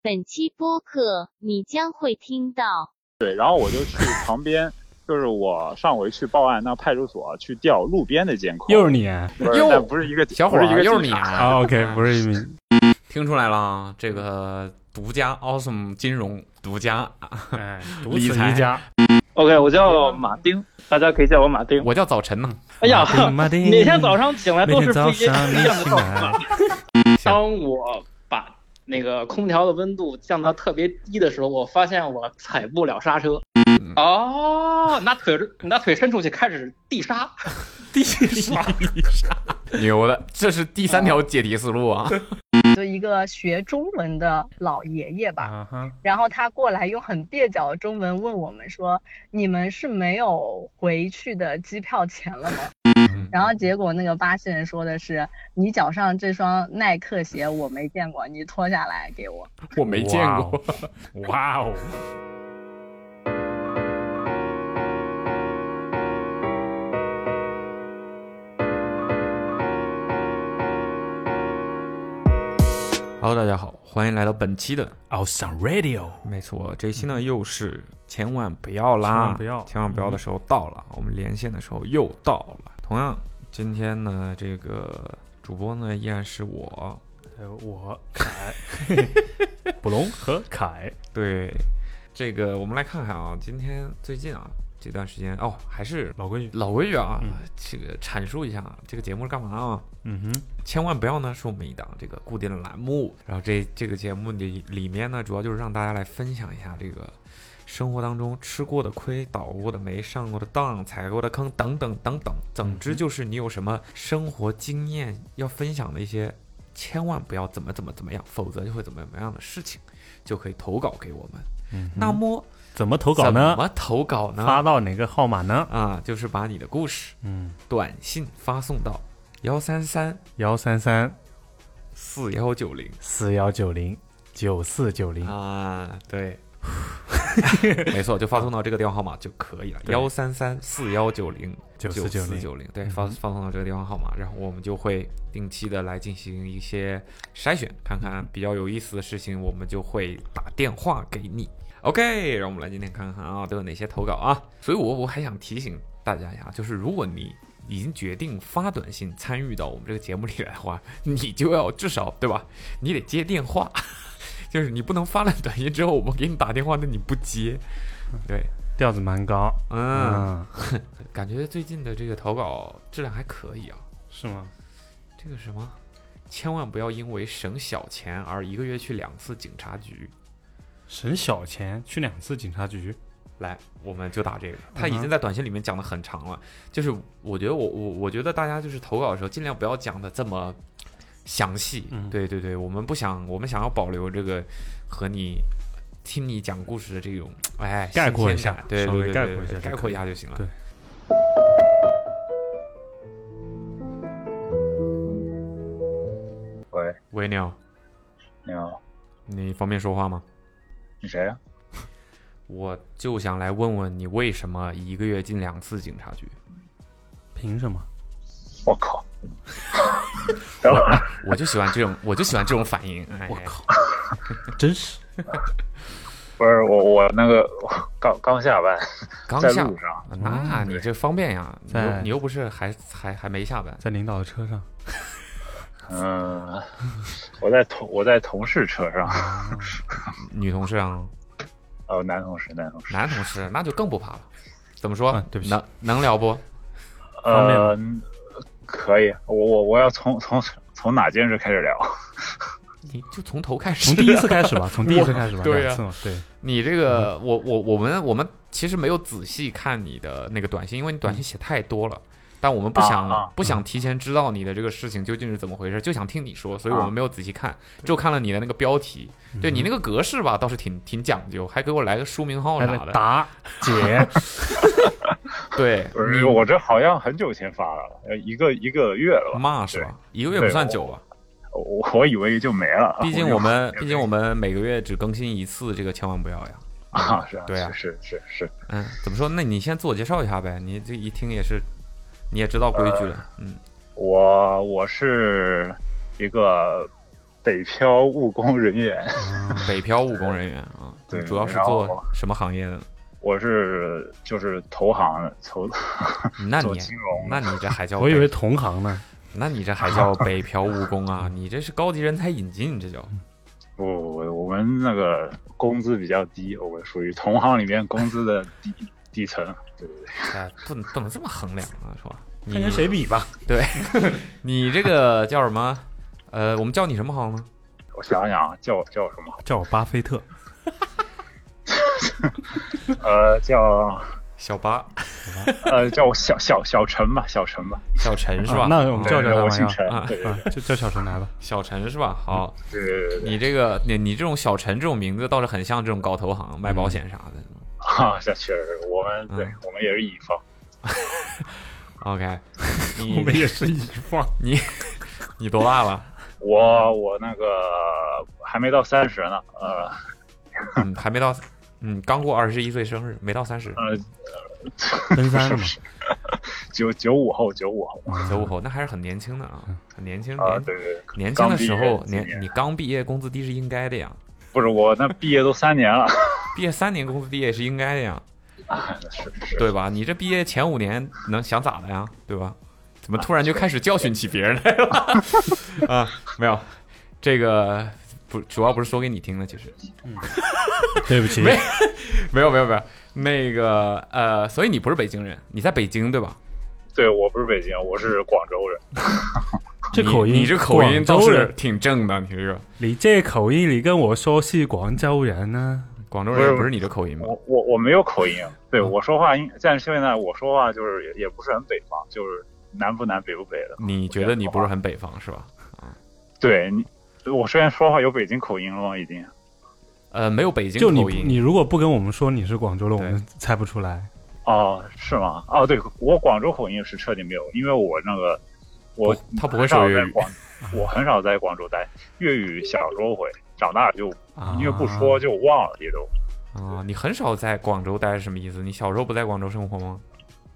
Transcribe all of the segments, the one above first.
本期播客你将会听到对，然后我就去旁边，就是我上回去报案那派出所去调路边的监控，又是你不是又那不是一个小伙不儿是一个又是你警察啊啊？OK，不是一名听出来了啊，这个独家 awesome 金融独家，哎， 独理此财一家。 OK，我叫马丁，大家可以叫我马丁。我叫早晨呢。哎呀，马丁每天早上醒来每都天是不早 一样上你的醒早来上。，当我把那个空调的温度降到特别低的时候，我发现我踩不了刹车。嗯哦，拿腿拿腿伸出去开始地刹，地上牛的，这是第三条解题思路 啊！就一个学中文的老爷爷吧，啊哈，然后他过来用很蹩脚的中文问我们说：“你们是没有回去的机票钱了吗？”嗯然后结果那个巴西人说的是：“你脚上这双耐克鞋我没见过，你脱下来给我。我没见过，哇哦！ Hello，大家好，欢迎来到本期的，哦，上 radio，没错，这一期呢又是千万不要千啦，万不要千万不要的嗯时候到了，我们连线的时候又到了。同样，今天呢，这个主播呢依然是我，还有哎我 凯，卜龙和凯，对，这个我们来看看啊，今天最近啊这段时间哦，还是老规矩，老规矩啊，嗯这个阐述一下这个节目是干嘛啊？嗯千万不要呢，是我们一档这个固定的栏目。然后这这个节目里里面呢，主要就是让大家来分享一下这个生活当中吃过的亏、倒过的霉、上过的当、踩过的坑等等等等。总之就是你有什么生活经验要分享的一些，千万不要怎么怎么怎么样，否则就会怎么怎么样的事情，就可以投稿给我们。嗯哼，那么怎么投稿呢怎？么投稿呢？发到哪个号码呢？啊，就是把你的故事嗯，短信发送到幺三三幺三三四幺九零。四幺九零九四九零，啊，对， 没错，就发送到这个电话号码就可以了，对幺三三四幺九零9490四九零，对，发嗯发送到这个电话号码，然后我们就会定期的来进行一些筛选，看看比较有意思的事情，我们就会打电话给你。OK，让我们来今天看看啊，都有哪些投稿啊？所以我我还想提醒大家一下，就是如果你已经决定发短信参与到我们这个节目里来的话，你就要至少对吧？你得接电话， 就是你不能发了短信之后我们给你打电话，那你不接。对，调子蛮高，嗯，嗯，感觉最近的这个投稿质量还可以啊。是吗？这个什么，千万不要因为省小钱而一个月去两次警察局。省小钱去两次警察局，来，我们就打这个。嗯他已经在短信里面讲的很长了，就是我觉得我我我觉得大家就是投稿的时候，尽量不要讲的这么详细。嗯对对对，我们不想，我们想要保留这个和你听你讲故事的这种，哎，概括新一下鲜感对稍对微对，概对括一下就概可括一以下就行了。对喂，喂，你好，你好，你方便说话吗？你谁啊呀、我就想来问问你，为什么一个月进两次警察局？凭什么？我靠！等会儿，我就喜欢这种，我就喜欢这种反应。哎我靠，真是不是我，我那个刚刚下班，刚在下路上。嗯那你这方便呀？你在又你又不是还还还没下班？在领导的车上，嗯，我在同我在同事车上，女同事啊，哦，男同事，男同事，男同事那就更不怕了。怎么说啊？对不起能能聊不？呃方便吗，嗯可以，我我我要从从从哪件事开始聊？你就从头开始从。第一次开始吧，从第一次开始吧，我对啊两次嘛，对，你这嗯个，我我我们我们其实没有仔细看你的那个短信，因为你短信写太多了。但我们不想、嗯啊啊不想提前知道你的这个事情究竟是怎么回事，就想听你说，所啊以我们没有仔细看，就看了你的那个标题。对嗯你那个格式吧，倒是挺挺讲究，还给我来个书名号来啥来的。答哎 解，对，不是，我这好像很久前发了，呃一个一个月了吧？骂是吧？一个月不算久吧？我我以为就没了。毕竟啊就我们，毕竟我们每个月只更新一次，这个千万不要呀。啊，是啊对啊是是是是，嗯，怎么说？那你先自我介绍一下呗。你这一听也是，呃你也知道规矩了。嗯，我我是一个北漂务工人员，北漂务工人员啊，对你主要是然后做什么行业的？我是就是投行投，那做你金融那你这还叫我以北为同行呢。那你这还叫北漂务工啊？你这是高级人才引进，这叫不不不，我们那个工资比较低，我们属于同行里面工资的底底层。对对对，哎，不能不能这么衡量啊，是吧？你看跟谁比吧。对，你这个叫什么？呃，我们叫你什么好呢？我想想啊，叫叫什么？叫我巴菲特，呃，叫小八，呃叫我小小小陈吧，小陈吧。小陈是吧？啊那我们叫对叫对，他我玩意姓儿陈啊。对对啊，就叫小陈来吧。小陈是吧？好，对对对对，你这个你你这种小陈这种名字倒是很像这种搞投行、卖保险啥的。啊，这确实，我们对嗯我们也是乙方。 OK，我们你也是乙方，你你多大了？我我那个还没到三十呢，呃嗯，还没到，嗯，刚过二十一岁生日，没到三十，呃， 奔三 了嘛。 九九五后，九五后九五后，那还是很年轻的啊，很年轻。啊，年对对，对年轻刚的毕时业候，几年年你刚毕业，工资低是应该的呀。不是我那毕业都三年了， 毕业三年，工资低也是应该的呀，啊是是，对吧？你这毕业前五年能想咋的呀，对吧？怎么突然就开始教训起别人来了？ 啊，没有，这个不主要不是说给你听的，其实对不起，没没有没有没有那个呃，所以你不是北京人，你在北京对吧？对我不是北京，我是广州人，这口音，你你这口音倒广州是人，挺正的，你这个你这口音，你跟我说是广州人呢？广州不人是不是你这口音吗？我我我没有口音，对嗯我说话应，但是现在我说话就是也也不是很北方，就是南不南北不北的，你觉得你不是很北方是吧？对你。我虽然说话有北京口音了吗？已经呃，没有北京就你口，音，你如果不跟我们说你是广州人，我对们猜不出来。哦，是吗？哦，对我广州口音是彻底没有，因为我那个我不哦他不会很少说粤在语广，我很少在广州待，粤语小时候会，长大就啊因为不说就忘了也都，啊，你很少在广州待是什么意思？你小时候不在广州生活吗？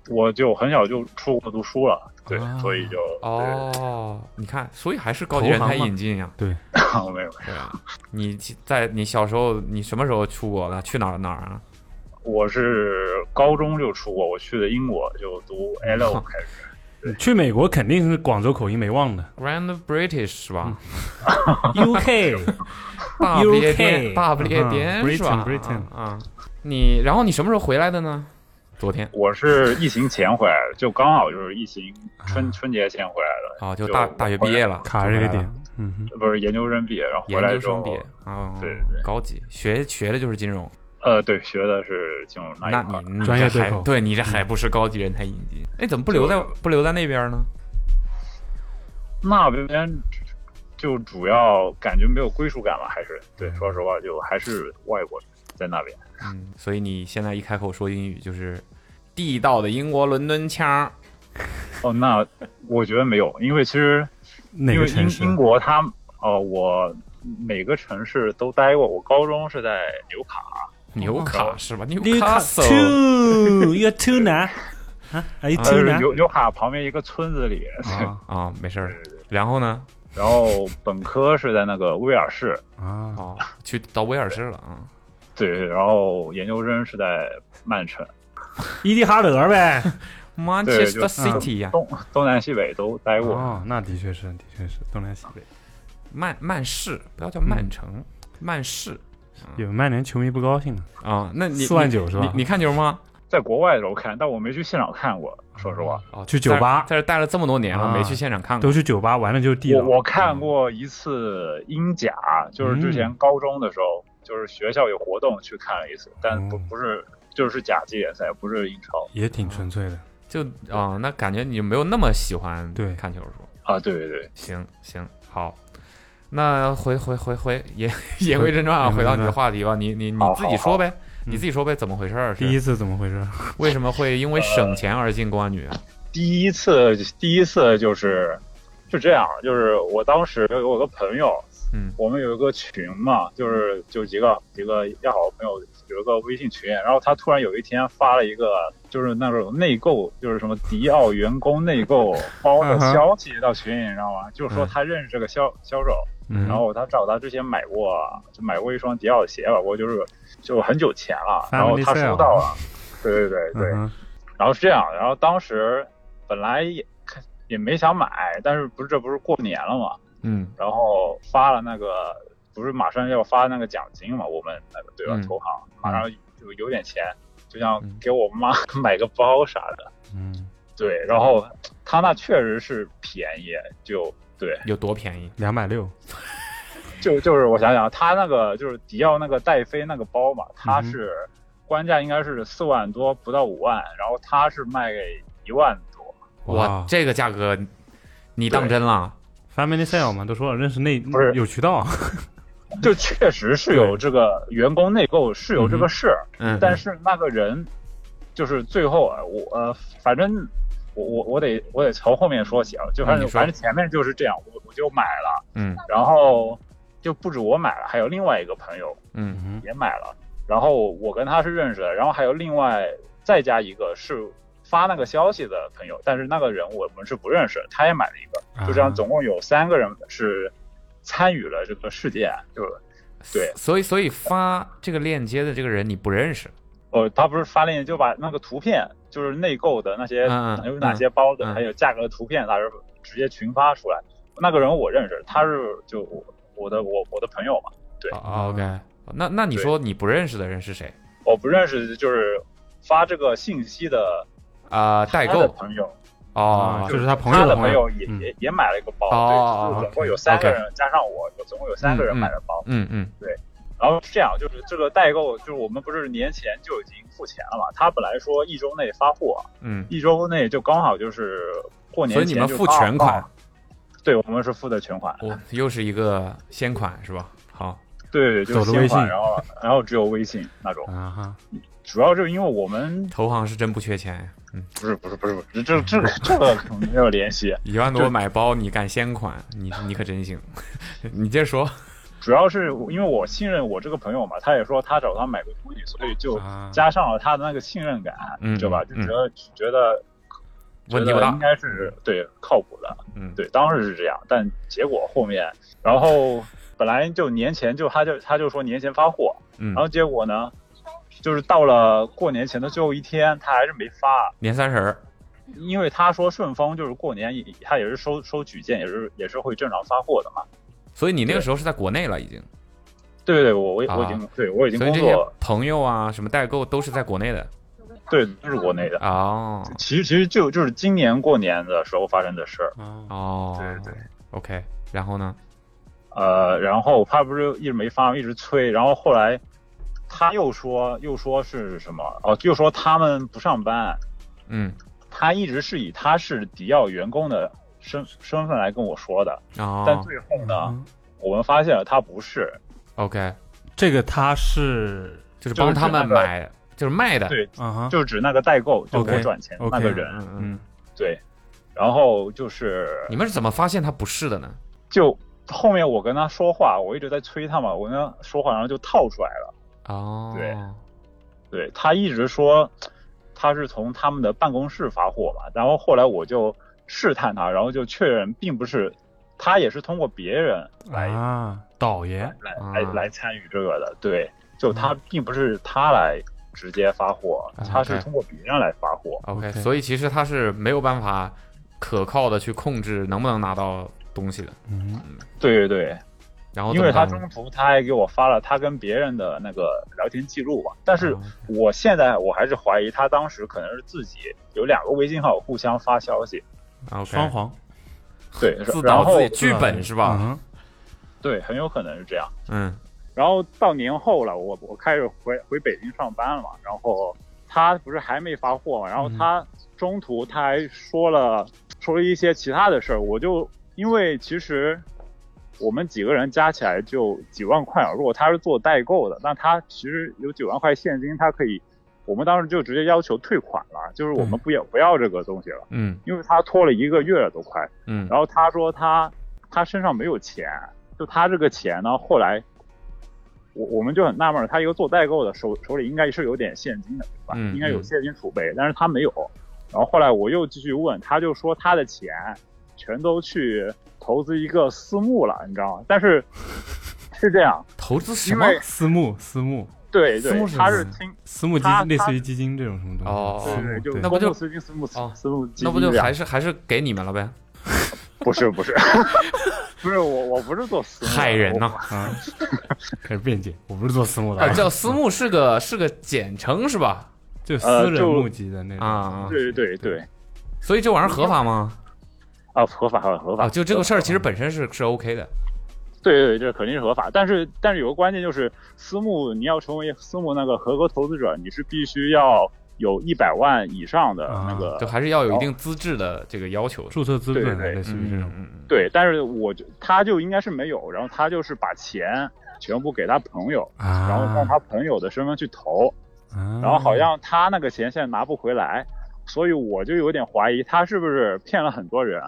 我就很小就出国读书了，对，啊所以就哦，你看，所以还是高级人才引进呀。对 没有。对啊，你在你小时候，你什么时候出国的？去哪儿哪儿啊？我是高中就出国，我去的英国就读 A level 开始，去美国肯定是广州口音没忘 的 Grand British 是吧？嗯，UK 大不列颠， UK 大不嗯列颠是吧 Britain，Britain 啊啊，你然后你什么时候回来的呢？昨天我是疫情前回来的，就刚好就是疫情啊春春节前回来的，啊，就就大大学毕业了，卡就这回个来了点，，嗯哼，不是研究生毕业，然后回研来究之后生毕，业啊，对对高级学学的就是金融，呃，对，学的是金融那那一块儿。你你专业这还对口对你这还不是高级人才引进？哎，怎么不留在不留在那边呢？那边就主要感觉没有归属感吧，还是对，说实话，就还是外国人在那边。嗯，所以你现在一开口说英语就是地道的英国伦敦腔儿。哦，那我觉得没有，因为其实哪因个为城英市？英国它哦，我每个城市都待过，我高中是在纽卡，纽卡是吧？纽 You got 卡 two, you're too 难啊？Are you 但 too 是难？呃纽纽卡旁边一个村子里。啊啊，没事对儿。对对然后呢？然后本科是在那个威尔士，啊，哦，去到威尔士了啊。对，然后研究生是在曼城，伊蒂哈德呗。对就 Manchester 嗯 City 呀，东东南西北都待过。哦，那的确是，的确是东南西北。曼曼市，不要叫曼城，曼市嗯有曼联球迷不高兴了，啊。那你四万九是吧你你看球吗？在国外的时候看，但我没去现场看过，说实话。哦，去酒吧在这在这待了这么多年了，啊没去现场看过都。去酒吧玩了就是地道。嗯我我看过一次英甲，就是之前高中的时候，就是学校有活动去看了一次，但不嗯不是就是甲级联赛，不是英超也挺纯粹嗯的，就啊，那感觉你没有那么喜欢对看球是吧？啊。对对对，行行，好，那回回回回 言言归正传啊，言归回到正你传嗯的话题吧，你你你好自好己说好呗，你自己说呗，怎么回事儿？第一是次怎么回事？为什么会因为省钱而进公安局啊？第一次第一次就是就这样，就是我当时有个朋友嗯我们有一个群嘛，就是就几个几个要好的朋友有一个微信群，然后他突然有一天发了一个就是那种内购，就是什么迪奥员工内购包啊的消息到群里，你知道吗？就是说他认识这个销销售，嗯，然后他找他之前买过就买过一双迪奥的鞋吧，我就是就很久前了，然后 Family 他 sale 收到了，对对对对，嗯哼然后是这样，然后当时本来也看也没想买，但是不是这不是过年了嘛，嗯然后发了那个不是马上要发那个奖金嘛，我们那个对吧、嗯投行马上就有点钱，就想给我妈 买个包啥的，嗯，对，然后他那确实是便宜，就对，有多便宜？两百六，就就是我想想，他那个就是迪奥那个戴飞那个包嘛，嗯它是、官价应该是四万多不到五万，然后他是卖给一万多。哇，哇这个价格你当真了？ ，Family Sale 嘛，都说了认识内不是有渠道，啊 就确实是有这个员工内购是有这个事儿，嗯，但是那个人就是最后啊，我呃，反正我我我得我得从后面说起啊，就反嗯正、你说反正前面就是这样，我我就买了，嗯然后就不止我买了，还有另外一个朋友嗯嗯也买了，然后我跟他是认识的，然后还有另外再加一个是发那个消息的朋友，但是那个人我们是不认识，他也买了一个，哼，就啊这样，总共有三个人是参与了这个事件，就是。对所以所以发这个链接的这个人你不认识，哦，他不是发链接就把那个图片，就是内购的那些嗯嗯有哪些包的，嗯还有价格的图片，他是直接群发出来。那个人我认识，他是就我我的我我的朋友嘛，对哦，OK，那那你对说你不认识的人是谁？我不认识就是发这个信息的啊、代他的购朋友，哦，啊就是他朋他友的朋朋友，友也嗯也也买了一个包，哦对，就哦是总共，OK，有三个人加上我，有总共有三个人买了包。嗯嗯然后是这样，就是这个代购，就是我们不是年前就已经付钱了嘛，他本来说一周内发货，嗯，一周内就刚好就是过所年以你前们就付刚好全款，对我们是付的全款，我、哦又是一个先款是吧？好，对，走就着是先微款，信然后然后只有微信那嗯种，啊哈，主要就是因为我们投行是真不缺钱，嗯，不是不是不是不是这这个这个可能没有联系，一万多买包你敢先款，你你可真行， 你接着说，主要是因为我信任我这个朋友嘛，他也说他找他买过东西，所以就啊加上了他的那个信任感，嗯知道吧？就嗯觉得觉得问题不觉得大应，该是对靠谱的，嗯，对，当时是这样，但结果后面，然后本来就年前就他就他就说年前发货，嗯然，后结果呢，就是到了过年前的最后一天，他还是没发，年三十儿，因为他说顺丰就是过年也他也是收收举件，也是也是会正常发货的嘛。所以你那个时候是在国内了已经，对对对，我我我已经、啊对我已经所以工这些作，朋友啊什么代购都是在国内的对，都是国内的。哦其实其实就就是今年过年的时候发生的事儿，啊，哦，对对 o k 然后呢，呃，然后他不是一直没发，一直催，然后后来他又说又说是什么哦，又说他们不上班，嗯他一直是以他是迪奥员工的身身份来跟我说的，但哦最后呢，嗯我们发现了他不是， ，OK，这个他是就就是是帮他们那个买，就是卖的，对啊哈，就指那个代购就 OK，给我转钱 OK 那个人嗯嗯，嗯对，然后就是你们是怎么发现他不是的呢？就后面我跟他说话，我一直在催他嘛，我跟他说话，然后就套出来了，哦，对对他一直说他是从他们的办公室发货嘛，然后后来我就试探他，然后就确认并不是。他也是通过别人来、啊，导爷来啊嗯来来参与这个的，对，就他并不是他来直接发货，啊他是 OK 通过别人来发货， OK， OK 所以其实他是没有办法可靠的去控制能不能拿到东西的。嗯，对对对，然后因为哦怎他么办中途他还给我发了他跟别人的那个聊天记录嘛，但是啊我现在我还是怀疑他当时可能是自己有两个微信号互相发消息， OK 双簧 对，自然导后自己剧本是吧？嗯对，很有可能是这样。嗯然后到年后了，我我开始回回北京上班了嘛，然后他不是还没发货嘛，然后他中途他还说了、说了一些其他的事儿，我就因为其实我们几个人加起来就几万块啊，如果他是做代购的，那他其实有九万块现金，他可以，我们当时就直接要求退款了，就是我们不要不要这个东西了，嗯因为他拖了一个月了都快，嗯然后他说他他身上没有钱，就他这个钱呢，后来我我们就很纳闷儿，他一个做代购的手手里应该是有点现金的，对吧？嗯应该有嗯现金储备，但是他没有。然后后来我又继续问，他就说他的钱全都去投资一个私募了，你知道吗？但 是是这样，投资什因么为私募？私募，对私对募，是他什是么听私募基他金，类他似于基金这种什么东西？啊哦私募对，就对那不就公募私金、私募私哦私募基啊金那不就这样还是还是给你们了呗？不是 不是不是我我不是做私募的，害人我呐、 啊，开始辩解，我不是做私募的啊！啊，叫私募是个是个简称是吧？就私呃人就募集的那种啊啊对对对，所以这玩意儿合法吗？啊，合法合法啊，就这个事儿其实本身是是 OK 的。对对对，这肯定是合法。但是但是有个关键就是，私募你要成为私募那个合格投资者，你是必须要有一百万以上的那个。就还是要有一定资质的这个要求。注册资本对啊，对类似于这种。嗯对，但是我就他就应该是没有，然后他就是把钱全部给他朋友，啊，然后让他朋友的身份去投，啊，然后好像他那个钱现在拿不回来，所以我就有点怀疑他是不是骗了很多人，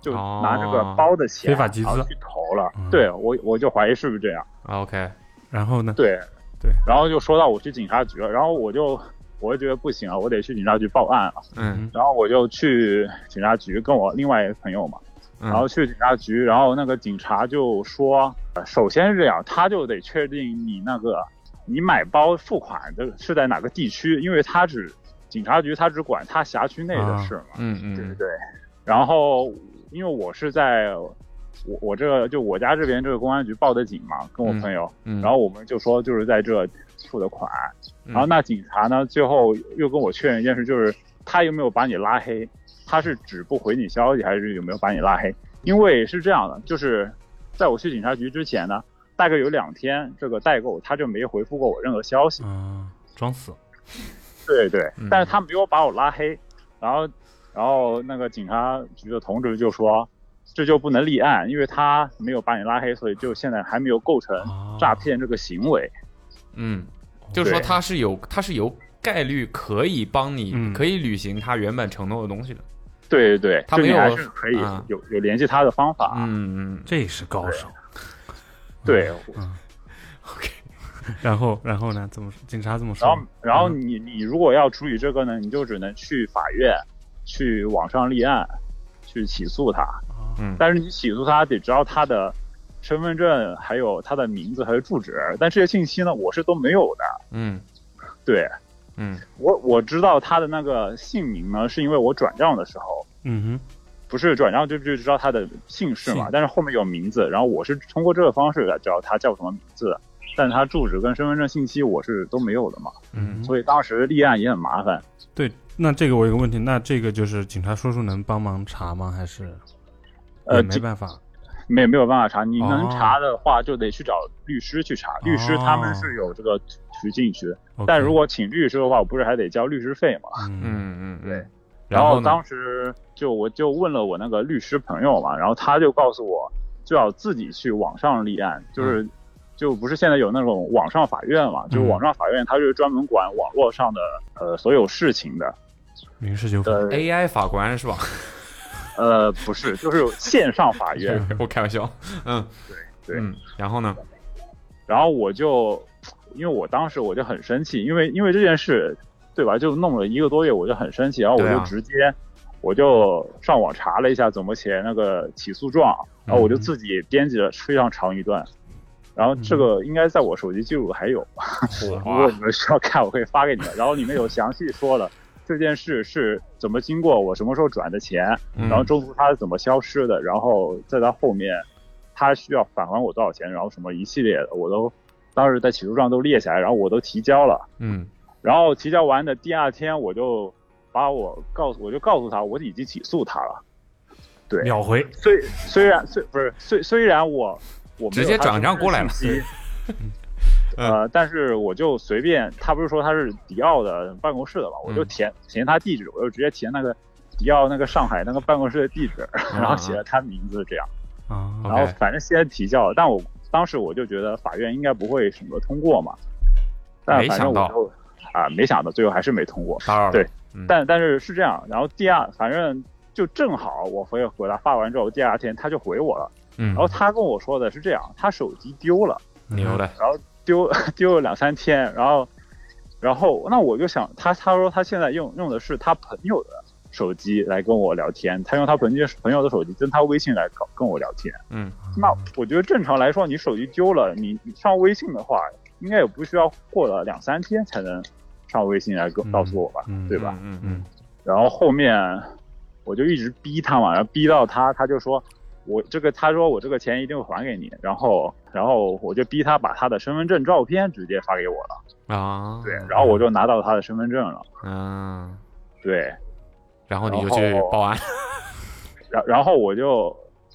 就拿这个包的钱非法集资然后去投了嗯。对我我就怀疑是不是这样。嗯，OK，然后呢？对对，然后就说到我去警察局了，然后我就我就觉得不行啊，我得去警察局报案了，啊嗯然后我就去警察局跟我另外一个朋友嘛，嗯然后去警察局，然后那个警察就说，呃首先是这样，他就得确定你那个你买包付款的是在哪个地区，因为他只警察局他只管他辖区内的啊事嘛，嗯对对嗯，对。然后因为我是在我我这个就我家这边这个公安局报的警嘛，跟我嗯朋友，嗯然后我们就说就是在这付的款，然后那警察呢最后又跟我确认一件事，就是他有没有把你拉黑，他是只不回你消息还是有没有把你拉黑？因为是这样的，就是在我去警察局之前呢，大概有两天这个代购他就没回复过我任何消息，啊，装死。对对嗯，但是他没有把我拉黑，然后然后那个警察局的同志就说。这就不能立案，因为他没有把你拉黑，所以就现在还没有构成啊诈骗这个行为。嗯，就是说他是有他是有概率可以帮你嗯可以履行他原本承诺的东西的。对对，他就没你有还是可以啊有有联系他的方法。啊嗯嗯这是高手。对，然后，然后呢？怎么？警察怎么说然后？然后嗯你你如果要处理这个呢，你就只能去法院，去网上立案，去起诉他。嗯但是你起诉他得知道他的身份证，还有他的名字，还有住址。但这些信息呢，我是都没有的。嗯对嗯我我知道他的那个姓名呢，是因为我转账的时候。嗯不是转账就就知道他的姓氏嘛姓，但是后面有名字，然后我是通过这个方式来知道他叫什么名字的，但他住址跟身份证信息我是都没有的嘛，嗯所以当时立案也很麻烦。哼，对。那这个我有个问题，那这个就是警察叔叔能帮忙查吗？还是呃也没这办法？没没有办法查，你能哦查的话就得去找律师去查，律师他们是有这个途径去，但 OK 如果请律师的话，我不是还得交律师费嘛？嗯，嗯嗯，对。然后后呢当时就我就问了我那个律师朋友嘛，然后他就告诉我，就要自己去网上立案，就是、嗯就不是现在有那种网上法院嘛，就是网上法院它是专门管网络上的呃所有事情的，民事纠纷呃 AI 法官是吧？呃不是，就是线上法院， 我开玩笑。嗯，对嗯，然后呢？然后我就，因为我当时我就很生气，因为因为这件事，对吧？就弄了一个多月，我就很生气，然后我对啊就直接，我就上网查了一下怎么写那个起诉状，然后嗯我就自己编辑了非常长一段，然后这个应该在我手机记录还有，如果你们需要看，我可以发给你 们，然后里面有详细说了。这件事是怎么经过？我什么时候转的钱？嗯然后中途他是怎么消失的？然后再到后面，他需要返还我多少钱？然后什么一系列的，我都当时在起诉状都列下来，然后我都提交了。嗯然后提交完的第二天，我就把我告诉我就告诉他，我已经起诉他了。对秒回，虽虽然虽不是虽虽然我我没有直接他身转账过来了份信息嗯 呃，但是我就随便，他不是说他是迪奥的办公室的嘛，我就嗯填填他地址，我就直接填那个迪奥那个上海那个办公室的地址，啊然后写了他名字这样，啊好然后 OK 反正先提交了，但我当时我就觉得法院应该不会审核通过嘛，但没反正想我到就啊、没想到最后还是没通过，打扰了。对嗯但但是是这样，然后第二，反正就正好我回回答发完之后，第二天他就回我了，嗯然后他跟我说的是这样，他手机丢了，牛的，丢 丢了两三天，然后然后那我就想，他他说他现在用用的是他朋友的手机来跟我聊天，他用他朋友朋友的手机跟他微信来搞跟我聊天。嗯，那我觉得正常来说，你手机丢了，你你上微信的话，应该也不需要过了两三天才能上微信来告嗯告诉我吧，嗯对吧？嗯嗯嗯然后后面我就一直逼他嘛，然后逼到他，他就说我这个，他说我这个钱一定会还给你。然后，然后我就逼他把他的身份证照片直接发给我了。嗯啊，对，然后我就拿到他的身份证了。嗯，对，然后你就然后去报案，然然后我就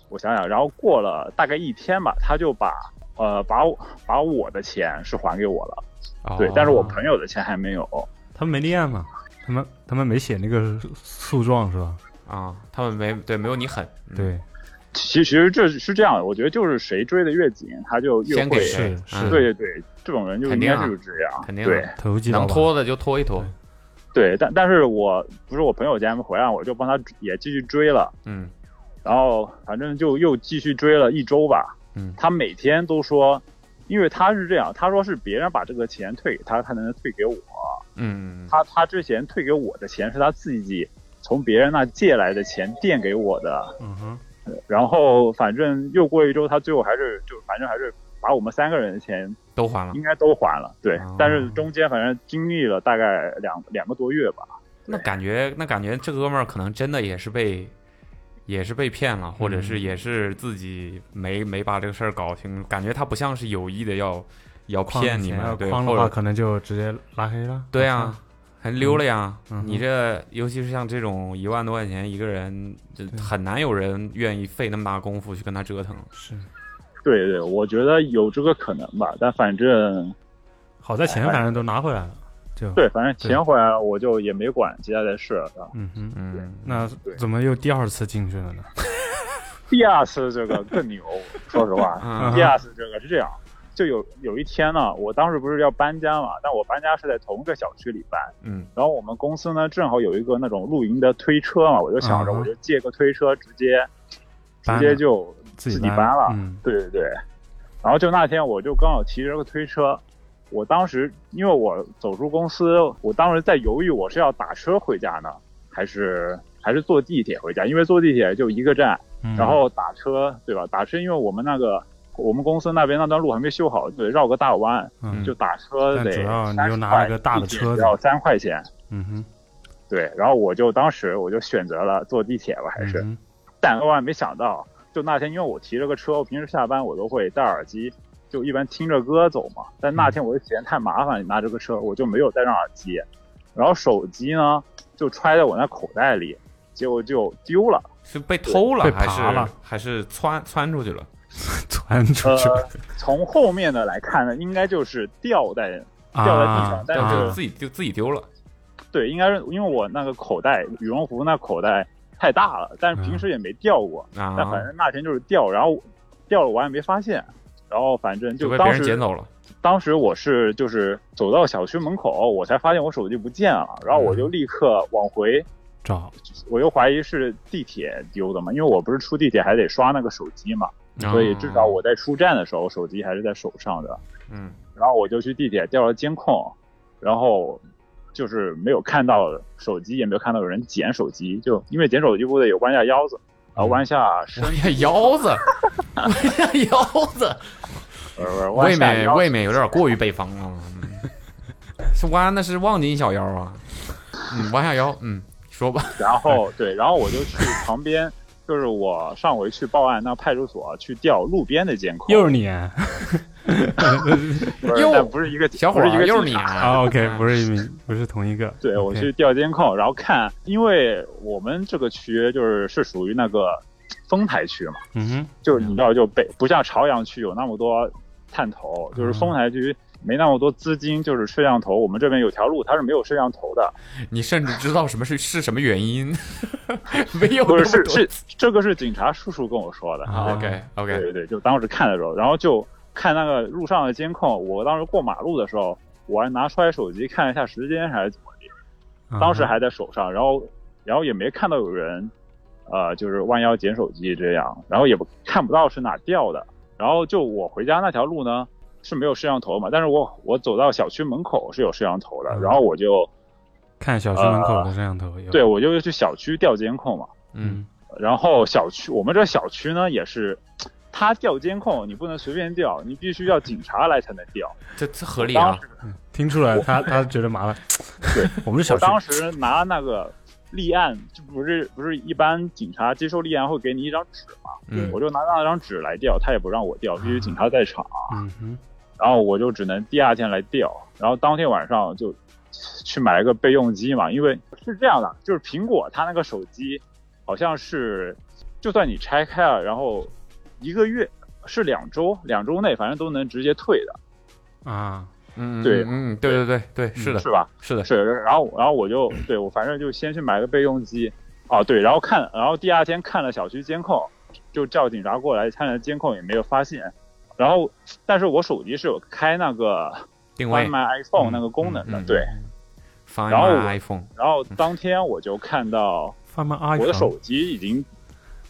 我想想，然后过了大概一天吧，他就把呃把我把我的钱是还给我了， 对哦，但是我朋友的钱还没有。他们没立案嘛？他们他们没写那个诉状是吧？嗯啊，他们没对没有你狠，嗯，对，其其实这是这样的，我觉得就是谁追的越紧，他就越先给会。谁是嗯是对对对，这种人就应该肯定啊就是这样，肯定啊对。投机倒能把拖的就拖一拖，对，但但是我不是我朋友家回来，我就帮他也继续追了，嗯然后反正就又继续追了一周吧。嗯他每天都说，因为他是这样，他说是别人把这个钱退给他，他才能退给我。嗯，他他之前退给我的钱是他自己从别人那借来的钱垫给我的。嗯哼，然后反正又过一周，他最后还是就反正还是把我们三个人的钱都还了应，该都还了。对哦，但是中间反正经历了大概两两个多月吧。那感觉那感觉这哥们儿可能真的也是被。也是被骗了，或者是也是自己没没把这个事儿搞清楚，感觉他不像是有意的要要框骗你钱们，要对，框的或话者可能就直接拉黑了。对啊，还溜了呀！嗯嗯哼你这尤其是像这种一万多块钱一个人，这很难有人愿意费那么大功夫去跟他折腾。是对对，我觉得有这个可能吧，但反正好在钱反正都拿回来了，就哎对，反正对钱回来了，我就也没管其他的事了。嗯哼，嗯，那对怎么又第二次进去了呢？第二次这个更牛，说实啊话，嗯第二次这个是这样，就有有一天呢，我当时不是要搬家嘛，但我搬家是在同一个小区里搬，嗯，然后我们公司呢正好有一个那种露营的推车嘛，我就想着嗯哼我就借个推车直接搬直了接就自己己搬搬了，嗯对对对，然后就那天我就刚好骑着个推车，我当时因为我走出公司，我当时在犹豫我是要打车回家呢，还是还是坐地铁回家，因为坐地铁就一个站，嗯然后打车对吧？打车因为我们那个我们公司那边那段路还没修好，得绕个大弯，嗯就打车但得主要你30又拿了块个大的地铁车子要三块钱。嗯哼，对，然后我就当时我就选择了坐地铁吧，还是，嗯但万万没想到，就那天因为我提着个车，我平时下班我都会戴耳机，就一般听着歌走嘛。但嗯那天我就嫌太麻烦，拿这个车我就没有戴上耳机，然后手机呢就揣在我那口袋里，结果就丢了。是被偷了被还扒是了还是窜窜出去了？哼传出呃去了，从后面的来看呢，应该就是掉在掉在地上，啊但是、就自己就自己丢了。对，应该是因为我那个口袋羽绒服那口袋太大了，但是平时也没掉过，嗯啊但反正那天就是掉，然后掉了我也没发现，然后反正就被别当人捡时走了。当时我是就是走到小区门口，我才发现我手机不见了，然后我嗯就立刻往回，找我又怀疑是地铁丢的嘛，因为我不是出地铁还得刷那个手机嘛，所以啊至少我在出站的时候手机还是在手上的。嗯然后我就去地铁调了监控，然后就是没有看到手机，也没有看到有人捡手机，就因为捡手机不得有弯下腰子，然后弯下 身，弯下腰子，弯下腰子，呃不是弯嗯未下免腰未免有点过于北方了。嗯是弯的是望京小腰啊，嗯，弯下腰，嗯，说吧，然后对，然后我就去旁边，就是我上回去报案那派出所去调路边的监控，又是 你啊不是又但不是一个小伙不是一儿个又是警你察啊啊？OK，不是一名，不是同一个。对，我 OK 去调监控，然后看，因为我们这个区就是是属于那个丰台区嘛。嗯就是你知道，就北不像朝阳区有那么多探头，就是丰台区没那么多资金，就是摄像头。我们这边有条路它是没有摄像头 的，你甚至知道什么是是什么原因， 没有不是那么是多是这个是警察叔叔跟我说的。啊啊，OK 对 OK，对对，就当时看的时候，然后就看那个路上的监控。我当时过马路的时候，我还拿出来手机看了一下时间还是怎么的，哼，当时啊还在手上，然后然后也没看到有人。呃，就是弯腰捡手机这样，然后也不看不到是哪掉的。然后就我回家那条路呢是没有摄像头嘛，但是我我走到小区门口是有摄像头的，嗯然后我就看小区门口的摄像头有。呃对我就去小区调监控嘛。嗯，然后小区我们这小区呢也是，他调监控你不能随便调，你必须要警察来才能调。这这合理啊当，听出来他他觉得麻烦。对，我们是小我区，当时拿那个立案，就不是不是一般警察接受立案会给你一张纸嘛，嗯我就拿那张纸来调，他也不让我调，必须警察在场，嗯哼，然后我就只能第二天来调，然后当天晚上就去买了个备用机嘛，因为是这样的，就是苹果它那个手机好像是，就算你拆开了，然后一个月是两周，两周内反正都能直接退的，啊，嗯，对嗯，对对对对，嗯是的，是吧？是的，是，然后然后我就对我反正就先去买个备用机，哦对，然后看，然后第二天看了小区监控，就叫警察过来看了监控也没有发现，然后但是我手机是有开那个定位贩卖 iPhone 那个功能的，嗯嗯对， ，Find 然后 My 我 iPhone，然后当天我就看到贩卖我 iPhone。的手机已经。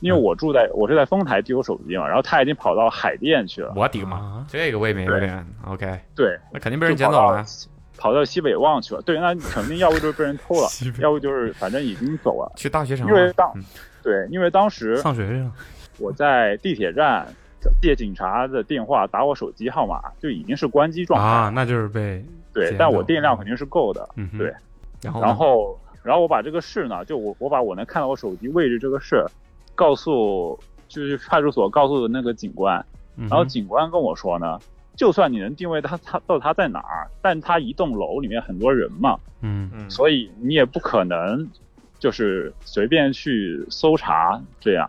因嗯为我住在我是在丰台丢手机嘛，然后他已经跑到海淀去了，我的个妈啊，这个未免有对点 OK，对，那肯定被就人捡跑走到了。啊跑到西北旺去了，对，那肯定要不就是被人偷了西北，要不就是反正已经走 了，去大学城因为了，当嗯对，因为当时上学去了。我在地铁站借警察的电话打我手机号码，就已经是关机状态。啊，那就是被对捡，但到我电量肯定是够的。嗯哼对，然后呢然后，然后我把这个事呢，就我我把我能看到我手机位置这个事，告诉就是派出所告诉那个警官，然然后警官跟我说呢，就算你能定位他他到底他在哪儿，但他一栋楼里面很多人嘛，嗯嗯所以你也不可能就是随便去搜查这样。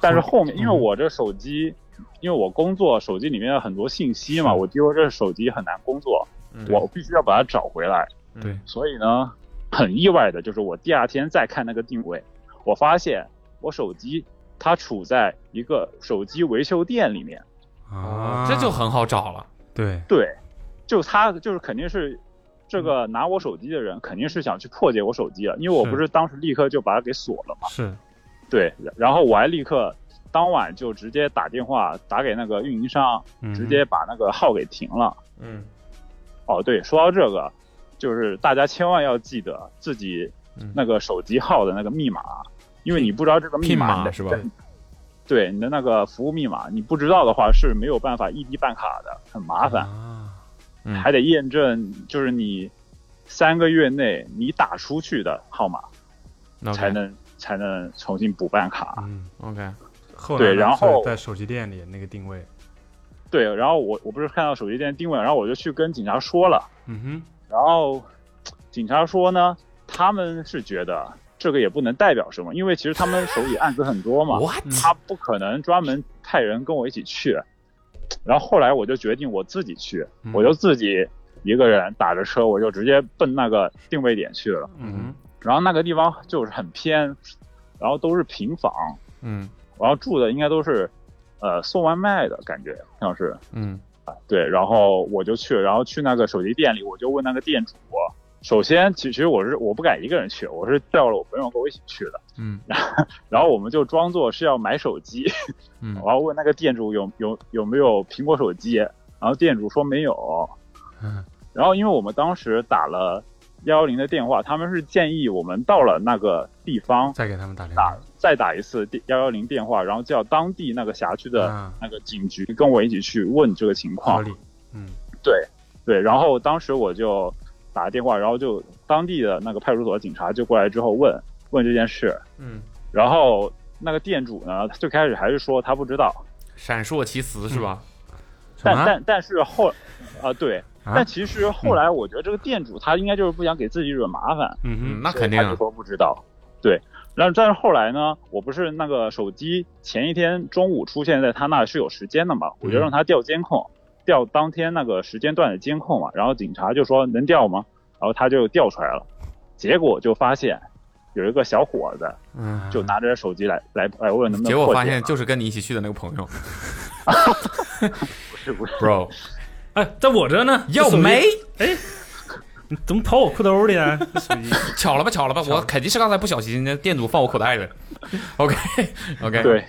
但是后面，因为嗯我这手机，因为我工作手机里面有很多信息嘛，是我丢这手机很难工作，嗯我必须要把它找回来。对，所以呢，很意外的就是我第二天再看那个定位，我发现我手机它处在一个手机维修店里面。啊，哦这就很好找了。对，对，就他就是肯定是这个拿我手机的人，肯定是想去破解我手机了，因为我是不是当时立刻就把它给锁了嘛。是对，然后我还立刻当晚就直接打电话打给那个运营商，嗯直接把那个号给停了。嗯哦，对，说到这个，就是大家千万要记得自己嗯那个手机号的那个密码，因为你不知道这个密拼码码你的是吧？对，你的那个服务密码，你不知道的话是没有办法异地办卡的，很麻烦。啊，嗯，还得验证，就是你三个月内你打出去的号码才 OK 能才能重新补办卡。嗯， OK，后对来呢然所以后在手机店里那个定位，对，然后我我不是看到手机店定位，然后我就去跟警察说了，嗯然后警察说呢，他们是觉得这个也不能代表什么，因为其实他们手里案子很多嘛， what 他不可能专门派人跟我一起去。然后后来我就决定我自己去，哼，我就自己一个人打着车，我就直接奔那个定位点去了。嗯然后那个地方就是很偏，然后都是平房，嗯然后住的应该都是，呃，送外卖的感觉像是嗯对。然后我就去，然后去那个手机店里，我就问那个店主。首先，其其实我是我不敢一个人去，我是叫了我朋友跟我一起去的。嗯然后我们就装作是要买手机， 嗯然后问那个店主有有有没有苹果手机，然后店主说没有。嗯 然后因为我们当时打了幺幺零的电话，他们是建议我们到了那个地方再给他们打电打话，再打一次幺幺零电话，然后叫当地那个辖区嗯的啊，那个警局跟我一起去问这个情合哦况。理，嗯对对，然后当时我就打电话，然后就当地的那个派出所警察就过来之后问问这件事，嗯，然后那个店主呢最开始还是说他不知道，闪烁其词是吧？什但么但但是后啊、对，啊但其实后来我觉得这个店主他应该就是不想给自己惹麻烦，嗯，嗯那所以肯定他啊就，说不知道。对，然后但是后来呢，我不是那个手机前一天中午出现在他那是有时间的嘛，嗯我就让他调监控，调当天那个时间段的监控嘛。然后警察就说能调吗？然后他就调出来了，结果就发现有一个小伙子嗯哼，就拿着手机来来来问能不能啊结果破发解现就是跟你一起去的那个朋友不是不是 ，bro，Uh, 哎，在我这呢，又手机没，你怎么跑我裤兜里 啊？手机巧了吧，巧了吧，我肯定是刚才不小心，那店主放我口袋里。OK OK，对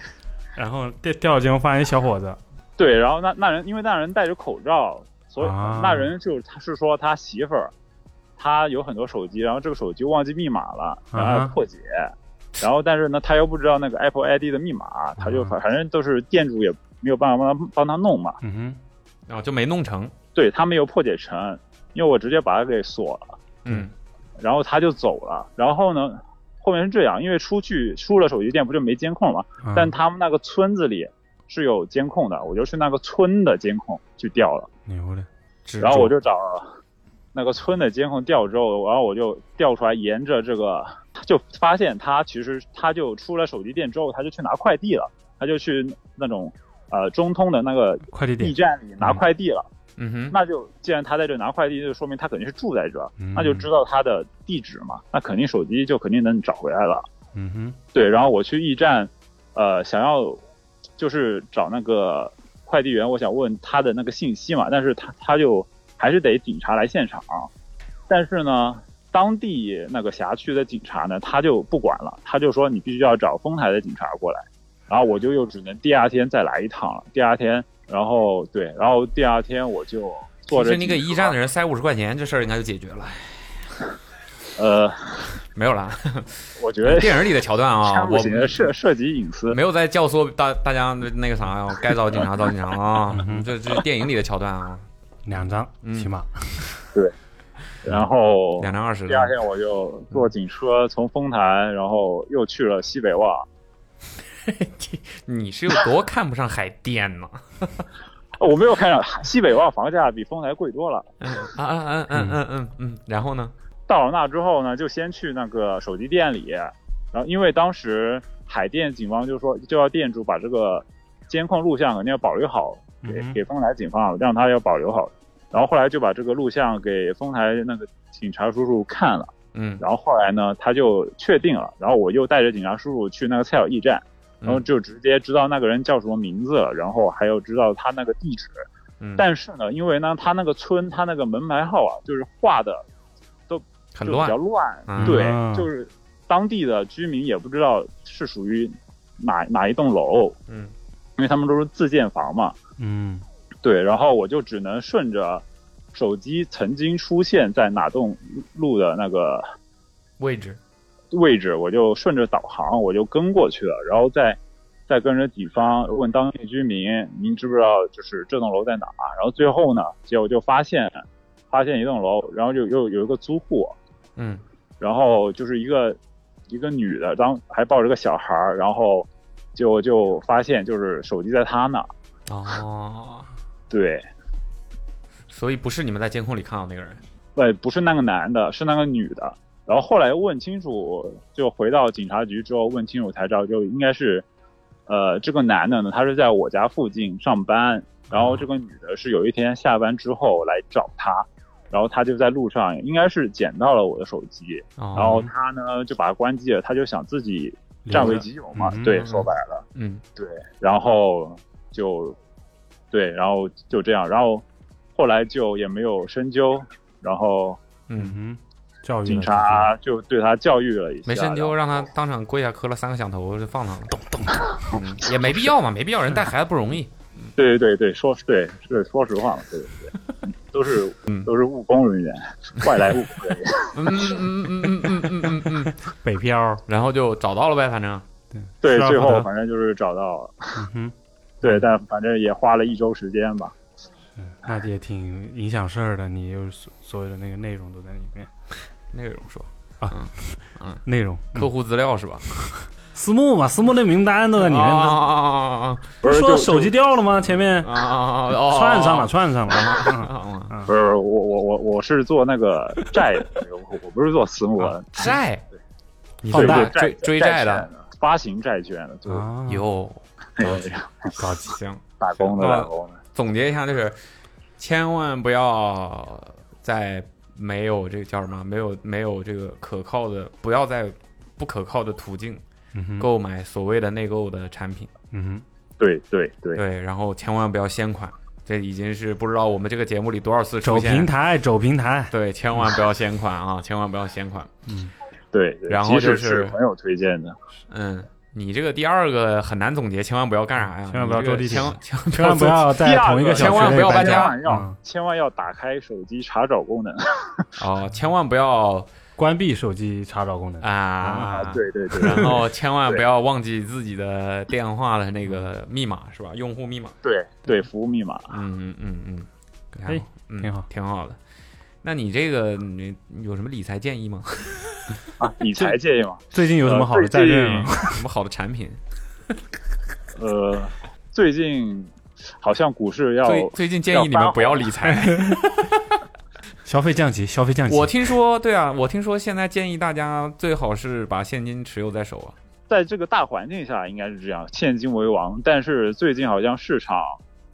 然后掉掉进，我发现一小伙 子，对，然后那那人因为那人戴着口罩，所以、啊那人就是他是说他媳妇儿，他有很多手机，然后这个手机忘记密码了，然啊后破解。然后，但是呢，他又不知道那个 Apple ID 的密码，他啊就反反正都是店主也没有办法帮他帮他弄嘛。嗯哼，然后哦就没弄成。对他没有破解成，因为我直接把它给锁了，嗯，然后他就走了。然后呢，后面是这样，因为出去出了手机店不就没监控嘛，嗯但他们那个村子里是有监控的，我就去那个村的监控去调了，牛的，执然后我着就找那个村的监控调之后，然后我就调出来，沿着这个就发现他其实他就出了手机店之后，他就去拿快递了，他就去那种呃中通的那个快递驿点，站里拿嗯快递了。嗯哼，那就既然他在这拿快递，就说明他肯定是住在这儿，嗯那就知道他的地址嘛，那肯定手机就肯定能找回来了。嗯哼，对，然后我去驿站，呃，想要就是找那个快递员，我想问他的那个信息嘛，但是他他就还是得警察来现场，但是呢，当地那个辖区的警察呢，他就不管了，他就说你必须要找丰台的警察过来，然后我就又只能第二天再来一趟了，第二天，然后对，然后第二天我就坐着平时你给警驿车站的人塞五十块钱，这事儿应该就解决了。哎呃，没有啦，我觉得电影里的桥 段啊，不我行，涉涉及隐私。没有在教唆大大家那个啥啊，该找警察找警察 啊，这这是电影里的桥段啊，两张嗯起码， 然后两张哦二十第二的，天我就坐警车从丰台，然后又去了西北旺。你是有多看不上海淀呢？哦我没有看上西北旺房价比丰台贵多了。 嗯啊啊嗯嗯嗯嗯嗯，然后呢？到了那之后呢，就先去那个手机店里，然后因为当时海淀警方就说就要店主把这个监控录像肯定要保留好，给嗯哼给丰台警方让他要保留好。然后后来就把这个录像给丰台那个警察叔叔看了，嗯然后后来呢他就确定了，然后我又带着警察叔叔去那个菜鸟驿站。然后嗯就直接知道那个人叫什么名字了，然后还有知道他那个地址。嗯，但是呢，因为呢，他那个村他那个门牌号啊，就是画的很就比乱较，乱，嗯对，啊就是当地的居民也不知道是属于哪哪一栋楼，嗯因为他们都是自建房嘛。嗯对，然后我就只能顺着手机曾经出现在哪栋路的那个位置，位置，我就顺着导航我就跟过去了，然后再再跟着警方问当地居民，您知不知道就是这栋楼在哪？然后最后呢，结果就发现发现一栋楼，然后就又有一个租户，嗯然后就是一个一个女的，当还抱着个小孩儿，然后就就发现就是手机在她那，哦，对，所以不是你们在监控里看到那个人，呃，不是那个男的，是那个女的。然后后来问清楚，就回到警察局之后问清楚才知道，就应该是，呃，这个男的呢，他是在我家附近上班，然后这个女的是有一天下班之后来找他，然后他就在路上，应该是捡到了我的手机，然哦然后他呢就把它关机了，他就想自己占为己有嘛留着嗯，对，说白了。嗯对，然后就对，然后就这样，然后后来就也没有深究，然后嗯嗯，哼，教育警察就对他教育了一下，没深究，然让他当场跪下磕了三个响头，就放他了，咚咚，嗯也没必要嘛，没必要，人带孩子不容易，后对对对，说对是说实话嘛，对对对， 都是都是务工人员，外来务工人员， 嗯嗯嗯嗯嗯嗯嗯嗯嗯，北漂，然后就找到了呗，反正，对，最是后啊反正就是找到了，嗯哼，对，但反正也花了一周时间吧，那也挺影响事儿的。你又所所有的那个内容都在里面，内容说内容客户资料是吧？私募嘛，私募那名单都在里面。啊啊不是说就手机掉了吗？前面啊啊啊啊！串上了，嗯串上了。啊不是我我我我是做那个债的，我我不是做私募的，债，你对对是大债追追债债券的，的，发行债券的，对，啊，哦有对高级，行。打工的啊打工的。总结一下，就是千万不要在没有这个叫什么，没有没有这个可靠的，不要在不可靠的途径嗯哼，购买所谓的内购的产品。嗯对对对，对，然后千万不要先款，这已经是不知道我们这个节目里多少次出走现。平台，走平台，对，千万不要先款啊，千万不要先款。对，对然后即使就是是很有推荐的，嗯，你这个第二个很难总结，千万不要干啥呀？千万不要你这坐个地铁千万千万千万不不要坐要在同一个小千万区不内要搬搬千家家，万要嗯千万要打开手机查找功能哦，千万不要关闭手机查找功能。啊，。 对对对，然后千万不要忘记自己的电话的那个密码是吧？用户密码。对对，服务密码。嗯嗯嗯嗯，然后哎嗯挺好挺好的。那你这个你你有什么理财建议吗？ 啊，理财建议嘛，最近有什么好的债券吗？什么好的产品？呃，最近好像股市要最最近建议你们不要理财。 消费降级，消费降级。我听说，对啊，我听说现在建议大家最好是把现金持有在手啊。在这个大环境下应该是这样，现金为王。但是最近好像市场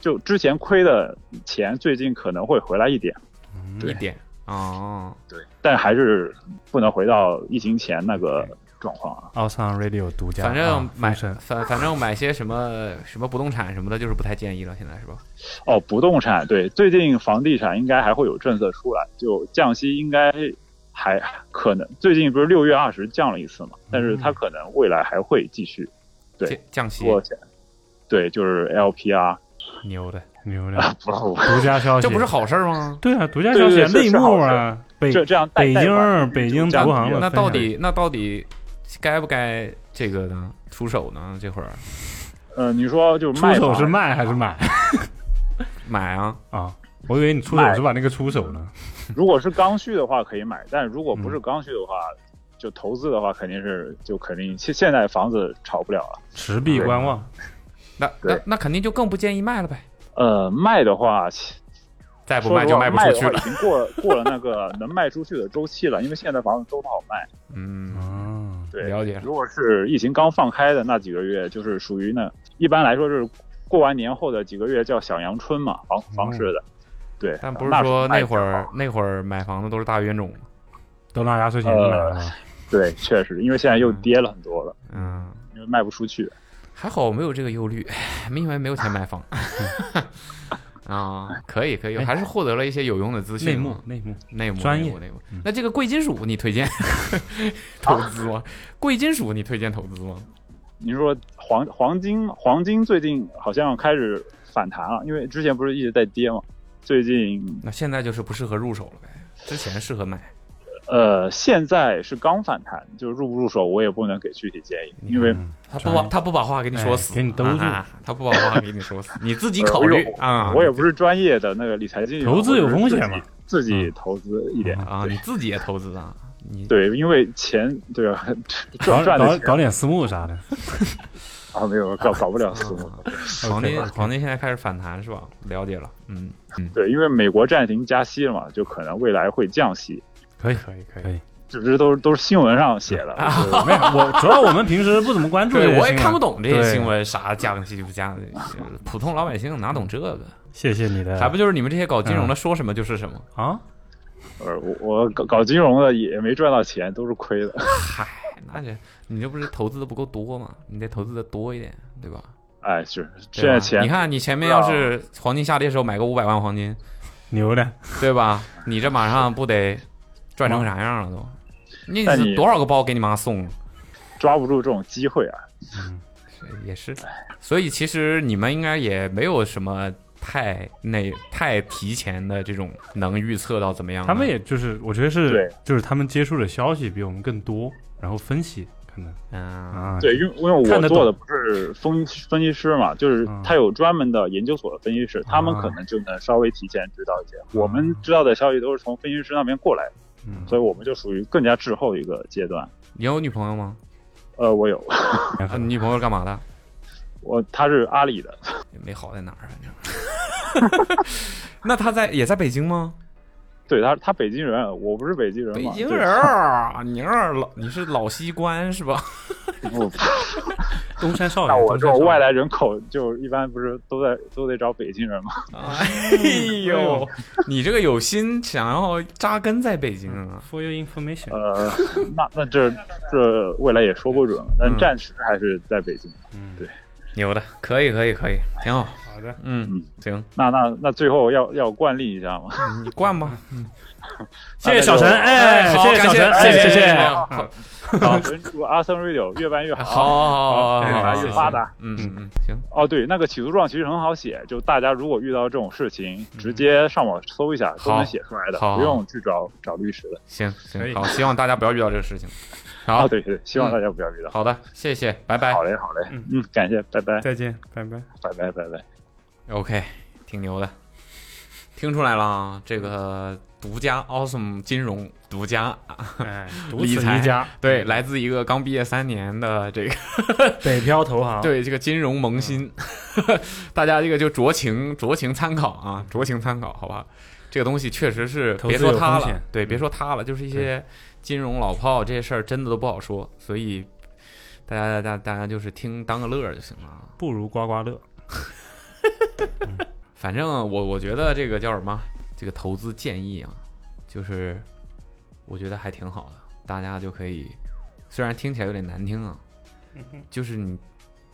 就之前亏的钱，最近可能会回来一点，嗯一点哦，但还是不能回到疫情前那个状况啊。奥桑 Radio 独家，反正啊买风声反反正买些什么什么不动产什么的，就是不太建议了，现在是吧？哦，不动产对，最近房地产应该还会有政策出来，就降息应该还可能最近不是六月二十降了一次嘛，但嗯是它可能未来还会继续对降降息，多钱。对，就是啊 LPR，牛的，牛的，不不独家消息， 这不是好事儿吗？对啊，独家对消对息对啊是内是幕好事啊，北这这样带北带管京北京这样投行子的那分到享底那到底该不该这个呢？出手呢？这会儿呃，你说就是 出卖手房是卖还是买买啊，啊？我以为你出手是把那个出手呢，如果是刚需的话可以买，但如果嗯不是刚需的话，就投资的话肯定是就肯定现现在房子炒不了了。持币观望。那那那肯定就更不建议卖了呗。呃，卖的话，再不说卖实就话卖卖不出去的话了已。经过了过了那个能卖出去的周期了，因为现在房子都不好卖。嗯，嗯，对，了解了如果是疫情刚放开的那几个月，就是属于那一般来说是过完年后的几个月叫小阳春嘛，房房市的。对，嗯啊但不是那时候说卖那会比较儿好那会儿买房子都是大冤种吗？都拿压岁钱去买呃了啊吧，对，确实，因为现在又嗯跌了很多了，嗯，因为卖不出去。还好我没有这个忧虑， 因为没有钱买房。 啊、可以可以，哎还是获得了一些有用的资讯。啊内幕内幕。内幕嗯专内业幕内幕。那这个贵金属你推荐 投资吗？贵金属你推荐投资吗？你说黄黄金，黄金最近好像开始反弹了，因为之前不是一直在跌嘛。最近那现在就是不适合入手了呗，之前适合买。呃，现在是刚反弹，就是入不入手，我也不能给具体建议，因为嗯他不把他不把话给你说死，哎给你兜住啊他不把话给你说死， 你自己考虑啊。我也不是专业的那个理财经理，投资有风险我只嘛是自己，嗯自己投资一点。啊，你自己也投资啊，你对，因为钱对吧，搞赚赚搞的搞钱点私募 啥的，啊，没有哎搞搞不了嗯私募。啊黄金黄金现在开始反弹是吧？了解了，嗯，对，因为美国暂停加息了嘛，就可能未来会降息，可以。可以可可 以啊这这都是都是新闻上写的。我觉得没有，我主要我们平时不怎么关注这些对，新闻，我也看不懂这些对新。闻，啥降息不降息，普通老百姓哪懂这个？谢谢你的，还不就是你们这些搞金融的说什么就是什么？啊？ 呃，我我搞搞金融的也没赚到钱，都是亏的。嗨，那这你这不是投资的不够多吗？你得投资的多一点，对吧？哎，是对现啊在吧钱你看你前面要是黄金下跌的时候买个五百万黄金，牛的，嗯对吧？你这马上不得赚成啥样了都？你但你多少个包给你妈送？抓不住这种机会啊。哎也是，所以其实你们应该也没有什么太那太提前的这种能预测到怎么样的。他们也就是我觉得是对就是他们接触的消息比我们更多，然后分析可能嗯啊，对，因为因为看我得懂做的不是分析分析师嘛，就是嗯他有专门的研究所的分析师，他们啊可能就能稍微提前知道一些。我们知道的消息都是从分析师那边过来的，嗯，所以我们就属于更加滞后一个阶段。你有女朋友吗？呃，我有，啊，你女朋友是干嘛的？我他是阿里的，也没好在哪儿，反正。 那他在也在北京吗？对他他北京人，我不是北京人北嘛，京对 人，儿，你是老你是老西关是吧？不东山少那爷，我东这山种少外爷，来人口就一般不是都在都得找北京 人嘛？哎呦，你这个有心想要扎根在北京啊？ For your information，呃，那那这这未来也说不准，但嗯暂时还是在北京。牛的，可以可以可以，挺好。好的，嗯，行，那那那最后要要惯例一下 嘛，你惯吧。谢谢小陈，哎，好，谢谢感小陈，谢谢谢谢。好好好，祝阿森 radio 越办越好好。好好，越来好越发达。嗯嗯嗯，行，哦，对，那个起诉状其实很好写，就大家如果遇到这种事情，直接上网搜一下都好能写出来的，好不用去找找律师的。行可行，以好，希望大家不要遇到这个事情。啊，好，对对，希望大家不要遇到。好的，谢谢，拜拜好。嘞，好嘞嗯，嗯，感谢，拜拜，再见，拜拜。拜拜，拜拜。 OK，挺牛的，听出来了啊，这个独家 Awesome 金融独家，哎，独理此财一家，对，来自一个刚毕业三年的这哦个北漂投行，，对这个金融萌新，嗯 大家这个就酌情酌情参考啊，酌情参考，好吧？这个东西确实是投资别说有他风险嗯了，对，别说他了，就是一些金融老炮这些事儿真的都不好说，所以大家大家大家就是听当个乐儿就行了啊。不如刮刮乐。反正我我觉得这个叫什么，这个投资建议啊，就是我觉得还挺好的，大家就可以，虽然听起来有点难听啊，就是你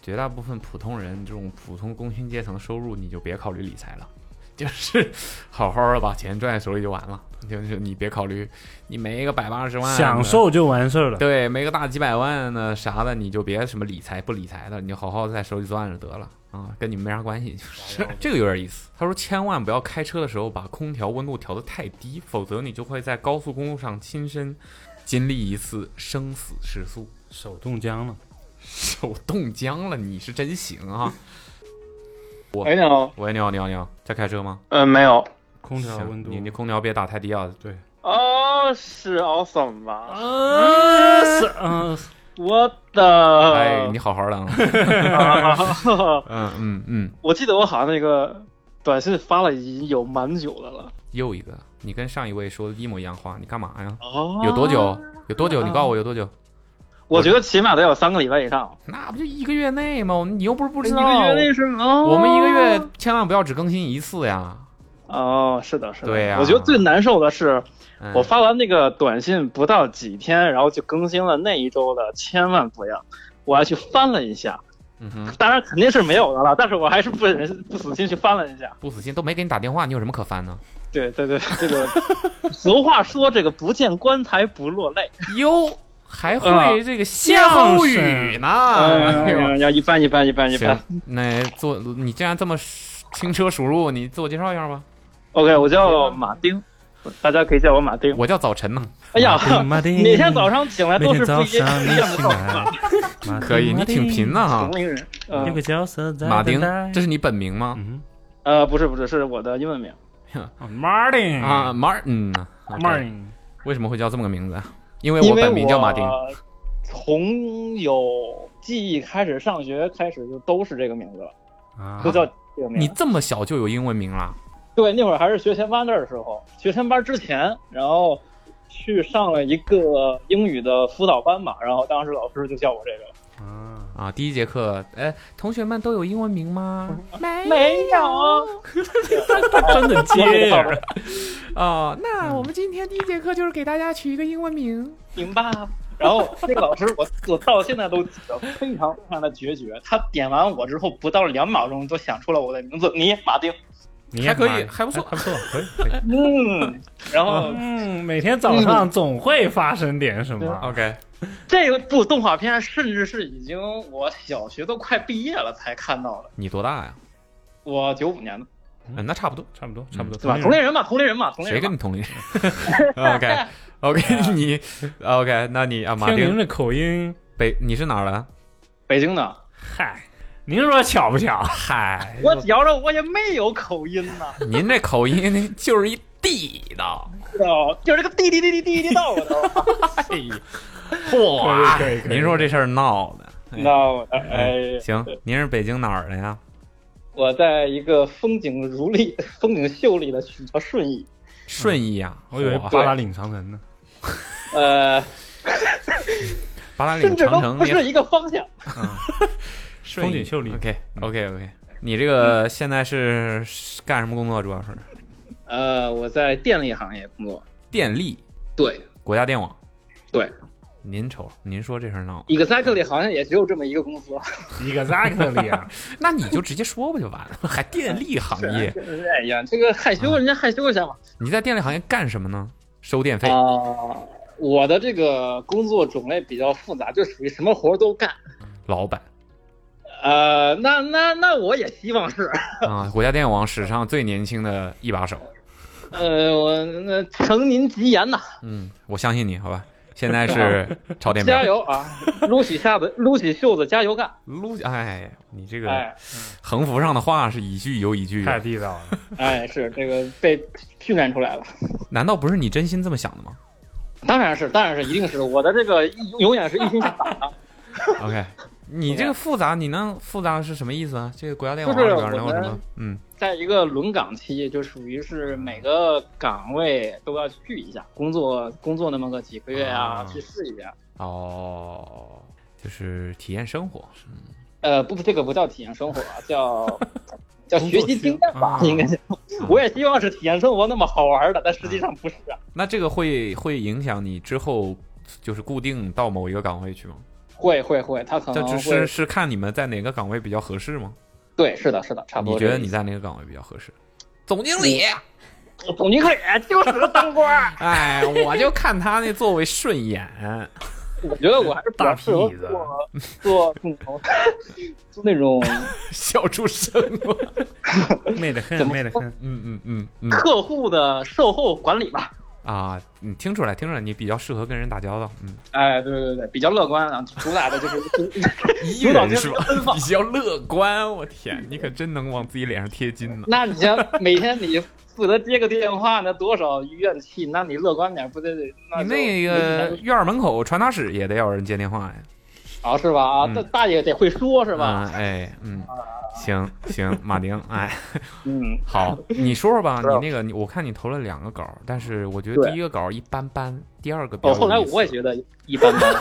绝大部分普通人这种普通工薪阶层收入，你就别考虑理财了。就是好好的把钱赚在手里就完了，就是你别考虑，你没个百八十万的，享受就完事儿了。 对，没个大几百万呢啥的，你就别什么理财不理财的，你就好好在手里攥着得了啊，跟你们没啥关系。哎就是这个有点意思。他说，千万不要开车的时候把空调温度调得太低，否则你就会在高速公路上亲身经历一次生死时速， 手冻僵了，手冻僵了。你是真行啊！哎，你好，喂，你好，你好，你好，在开车吗？嗯，没有。空调行啊温度，你你空调别打太低啊。对，哦，是 awesome 吧？啊是啊，我呃的，哎，你好好的啊。 啊嗯嗯嗯， 我记得我好像那个短信发了已经有蛮久的了。又一个，你跟上一位说的一模一样话，你干嘛呀？哦有多久？？有多久？你告诉我有多久？我觉得起码得有三个礼拜以上。那不就一个月内吗？你又不是不哎知道。是哦我们一个月千万不要只更新一次呀。哦，是的，是的。对呀我觉得最难受的是，嗯我发完那个短信不到几天，然后就更新了那一周的，千万不要。我还去翻了一下，嗯哼，当然肯定是没有的了，但是我还是不忍不死心去翻了一下。不死心都没给你打电话，你有什么可翻呢？对对对，这个俗话说这个不见棺材不落泪，哟，还会嗯这个歇后语呢。啊哎呦嗯，要一般一般一般一般。行，那做你既然这么轻车熟路，你自我介绍一下吧。 OK，我叫马丁，大家可以叫我马丁。我叫早晨呢，哎呀，马丁每天早上醒来每都天是不早一上样你的起口来，马丁可以，你挺贫的。哈同。龄人。马丁有嗯个角色在马丁等待，这是你本名吗？嗯呃，不是不是，是我的英文名。 ，Martin 啊，Martin 啊，OK。 ，Martin，为什么会叫这么个名字啊？因为因我为本名叫马丁。我从有记忆开始，上学开始就都是这个名字了，啊都叫这个名你字。这么小就有英文名了？对，那会儿还是学前班的时候，学前班之前，然后去上了一个英语的辅导班嘛，然后当时老师就叫我这个了。啊，啊，第一节课，哎，同学们都有英文名吗？ 没没有， 真的接着啊、嗯那我们今天第一节课就是给大家取一个英文名。明白啊。然后那个老师我，我到现在都记得非常非常的决绝。他点完我之后，不到两秒钟就想出了我的名字，你马丁。你还可以也蛮还不错还不错，可以，可以。嗯，然啊后嗯，每天早上总会发生点什么。 OK，这部动画片甚至是已经我小学都快毕业了才看到的，你多大呀？我九五年的，嗯，那差不多，差不多，差不多，对吧？同龄人嘛，同龄人嘛，同嗯龄谁跟人啊嘛。你同龄人 ？OK OK，你 OK，那你啊，马天明丁的口音，北，你是哪儿的？北京的，嗨，您说巧不巧？嗨，我嚼着我也没有口音呐，您这口音就是一地道。知道吧就是这个滴滴滴滴滴滴到我 的，哎呀，嚯可以可以，可以您说这事儿闹的。哎闹我的。哎，行，您是北京哪儿的呀？我在一个风景如丽、 风景秀丽的曲叫顺义，顺义啊，我以为嚯八达岭长城呢。呃，八达岭甚至长都城不也是一个方向。顺风景秀丽嗯 OK OK OK，你这个现在是干什么工作？主要是呃，我在电力行业工作，电力，对国家电网。对，您瞅，您说这事儿闹的 Exactly 好像也只有这么一个公 司了， ，exactly 啊，那你就直接说吧，就完了， 还电力行业？哎呀，这个害羞，嗯人家害羞一下嘛。你在电力行业干什么呢？收电费啊、我的这个工作种类比较复杂，就属于什么活儿都干。老板呃，那那那我也希望是， 啊，国家电网史上最年轻的一把手。呃，我那承您吉言呐，嗯，我相信你，好吧？现在 是超电表加，油啊，撸起下子， 撸起袖子，加油干！撸！哎，你这个哎横幅上的话是一句有一句，太地道了。哎，是这个被训练出来了，难道不是你真心这么想的吗当然是，当然是，一定是我的这个一永远是一心向打的， ？OK，你这个复杂，你能复杂是什么意思啊？这个国家电网就里是边能有我什们么？嗯，在一个轮岗期，就属于是每个岗位都要去一下，工作工作那么个几个月啊，啊去试一下。哦，就是体验生活，呃，不，这个不叫体验生活啊， 叫叫学习经验吧啊，应该是。我也希望是体验生活那么好玩的，但实际上不是啊，那这个会会影响你之后就是固定到某一个岗位去吗？会会会，他可这能只哦会是是看你们在哪个岗位比较合适吗？对，是的，是的，差不你多觉这得个意思。你在哪个岗位比较合适？总经理，总经理就是个当 官儿，哎，我就看他那座位顺眼。我觉得我还是比较适合大屁子做做那种做那种笑出声了。媚得很，媚得很。嗯嗯嗯嗯客户的售后管理吧。啊，你听出来，听出来，你比较适合跟人打交道。嗯，哎，对对对，比较乐观啊，主 打的就是依主导人就是是吧？奔 放比。较乐观，我天，你可真能往自己脸上贴 金呢。那你像每天你负责接个电话，那多少怨气？那你乐观点不得？ 那你就那个院儿门口传达室也得要人接电话呀，啊是吧？啊，嗯大大爷得会说是是吧？？哎，嗯，行行， 马丁，哎，嗯，好，你说说吧，你那个，你我看你投了两个稿，但是我觉得对第一个稿一般般，第二个比较有意哦，思。后来我也觉得一般般。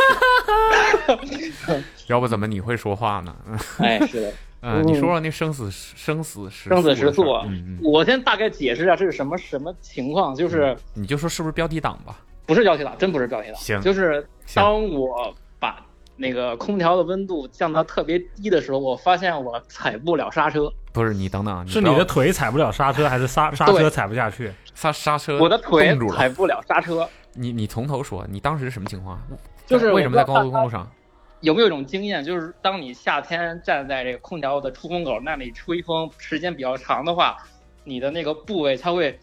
要不怎么你会说话呢？哎，是的，嗯，你说说那生死生死时生死时时速啊嗯嗯，我先大概解释一下这是什么什么情况，就是你就说是不是标题党吧？不是标题党，真不是标题党，行就是行当我把那个空调的温度降到特别低的时候，我发现我踩不了刹车，不是你等等，是不你要的腿踩不了刹车，还是刹刹车对踩不下去？刹刹车，我的腿呃冻住踩了。不了刹车。你你从头说，你当时是什么情况？啊就是哎为什么在我不知道高速公路上？有没有一种经验，就是当你夏天站在这个空调的出风口那里吹风时间比较长的话，你的那个部位它会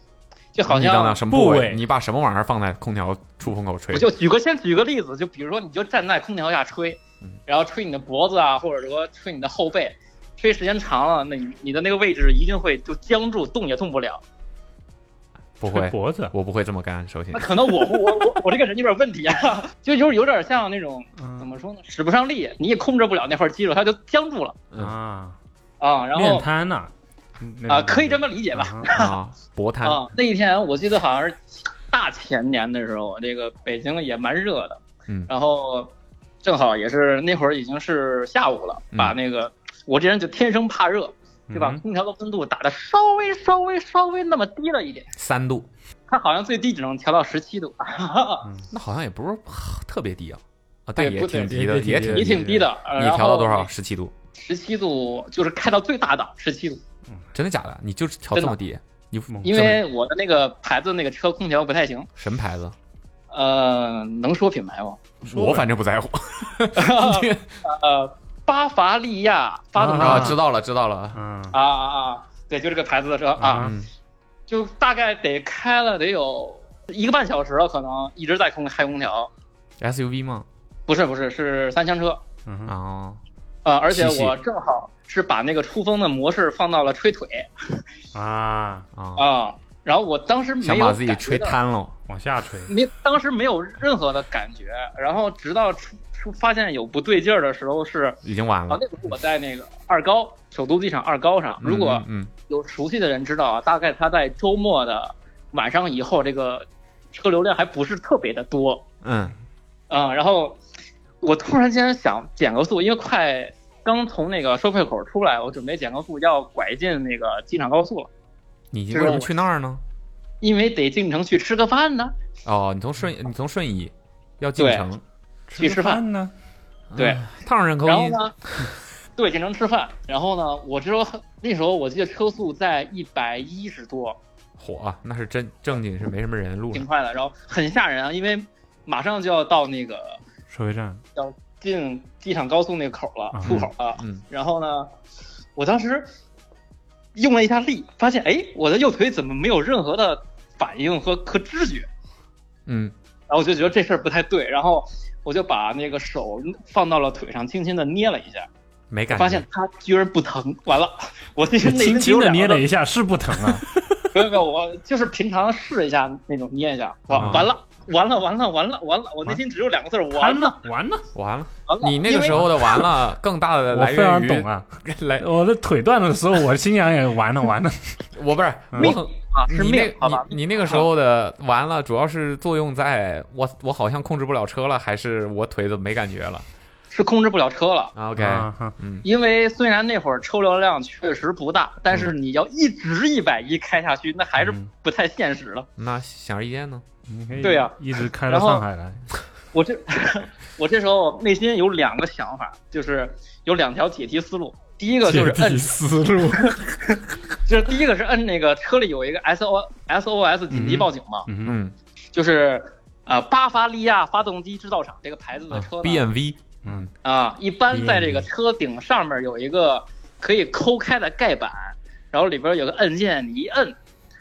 就好你等像等什么部位？位你把什么玩意儿放在空调出风口吹我？就举个先举个例子，就比如说你就站在空调下吹，嗯然后吹你的脖子啊，或者说吹你的后背，吹时间长了，那你你的那个位置一定会就僵住，动也动不嗯了。不会，脖子我不会这么干。首先那，可能我我我我这个人有点问题 啊，就有有点像那种嗯怎么说呢，使不上力，你也控制不了那块肌肉，它就僵住了嗯啊，啊。然面后瘫呐，啊，可以这么么理解吧？啊，薄瘫啊，那一天我记得好像是大前年的时候，这个北京也蛮热的，嗯然后正好也是那会儿已经是下午了，嗯把那个我这人就天生怕热，就把嗯空调的温度打的稍微稍微稍微那么低了一点，三度，它好像最低只能调到十七度，啊那好像也不是特别低啊，啊，但对也不挺对低的，也挺低的也挺也低的。挺低的。啊你调到多少？？十七度？十七度就是开到最大档，十七度，真的假的？你就是调真这的么低？你因这么为我的那个牌子那个车空调不太行，什么牌子？呃，能说品牌吗？ 我反正不在乎。呃，巴伐利亚发动机。啊， 知道了，知道了。嗯，啊啊啊！对，就这个牌子的车啊，嗯，就大概得开了得有一个半小时了，可能一直在空开空调。 SUV 吗？不是不是，是三厢车。嗯哦，呃，而且七系我正好是把那个出风的模式放到了吹腿啊，啊，啊，然后我当时没想有把自己感觉吹到瘫了。往下吹，没，当时没有任何的感觉，然后直到出出发现有不对劲儿的时候是，已经晚啊了，。那会儿我在那个二高首都机场二高上，如果嗯，嗯有熟悉的人知道啊，大概他在周末的晚上以后，这个车流量还不是特别的多嗯，啊、然后我突然间想减个速，因为快刚从那个收费口出来，我准备减个速，要拐进那个机场高速了，你这为什么个去那儿呢？因为得进城去吃个饭呢。哦，你从顺，你从顺义要进嗯对城，去吃饭呢？对，烫人口然后音，呢，对，进城吃饭。然后呢，我这时候那时候我记得车速在一百一十多，火啊、那是真正经是没什么人路挺上。快的，然后很吓人啊，因为马上就要到那个收费 站进机场高速那个口了啊，出口了。嗯，然后呢，我当时用了一下力，发现哎，我的右腿怎么没有任何的反应和和知觉？嗯然后我就觉得这事儿不太对，然后我就把那个手放到了腿上，轻轻的捏了一下，没感觉。发现它居然不疼。完了，我其实内轻心轻有的点捏了一下，是不疼啊。没有没有，我就是平常试一下那种捏一下，啊完完了。完了完了完了完了！我内心只有两个字儿， 完完了了 完了，完了，完了！你那个时候的完了，更大的我来非源常于懂 啊。 来，我的腿断了的时候，我心想也完了完 了。我不是嗯我很。啊，是你那命，好吧？你你那个时候的完了，主要是作用在我我好像控制不了车了，还是我腿怎么没感觉了是控制不了车了，啊？OK，啊哈嗯，因为虽然那会儿抽流量确实不大，但是你要一直一百一开下去，那还是不太现实了。那显而易见呢，你可以对呀一直开到然后上海来。我这 我这时候内心有两个想法，就是有两条解题思路。第一个就是摁，思 路，就是第一个是摁那个车里有一个 S O S O S 紧急报警嘛，嗯，嗯就是呃巴伐利亚发动机制造厂这个牌子的车呢啊，B M V，啊，一般在这嗯个车顶上面有一个可以抠开的盖板，然后里边有个按键，你一摁，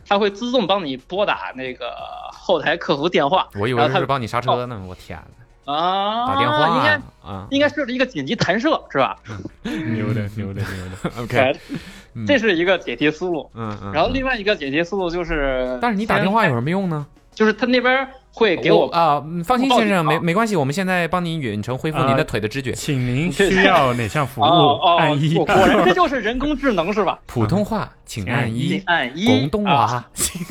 它会自动帮你拨打那个后台客服电话我以为然后它是帮你刹车呢，我天哪，啊，打电话应该啊啊应该设置一个紧急弹射是 吧？牛的牛的牛 的，啊，OK，嗯这是一个解题思路。嗯嗯，然后嗯另外一个解题思路就是，但是你打电话有什么用呢？就是他那边会给我啊，嗯放心我报先生，警啊呃没没关系，我们现在帮您远程恢复您的腿的知觉。请您需要哪项服务？哦哦，按一果，果然这就是人工智能是吧？普通话请按你一，嗯按一，广东啊，话请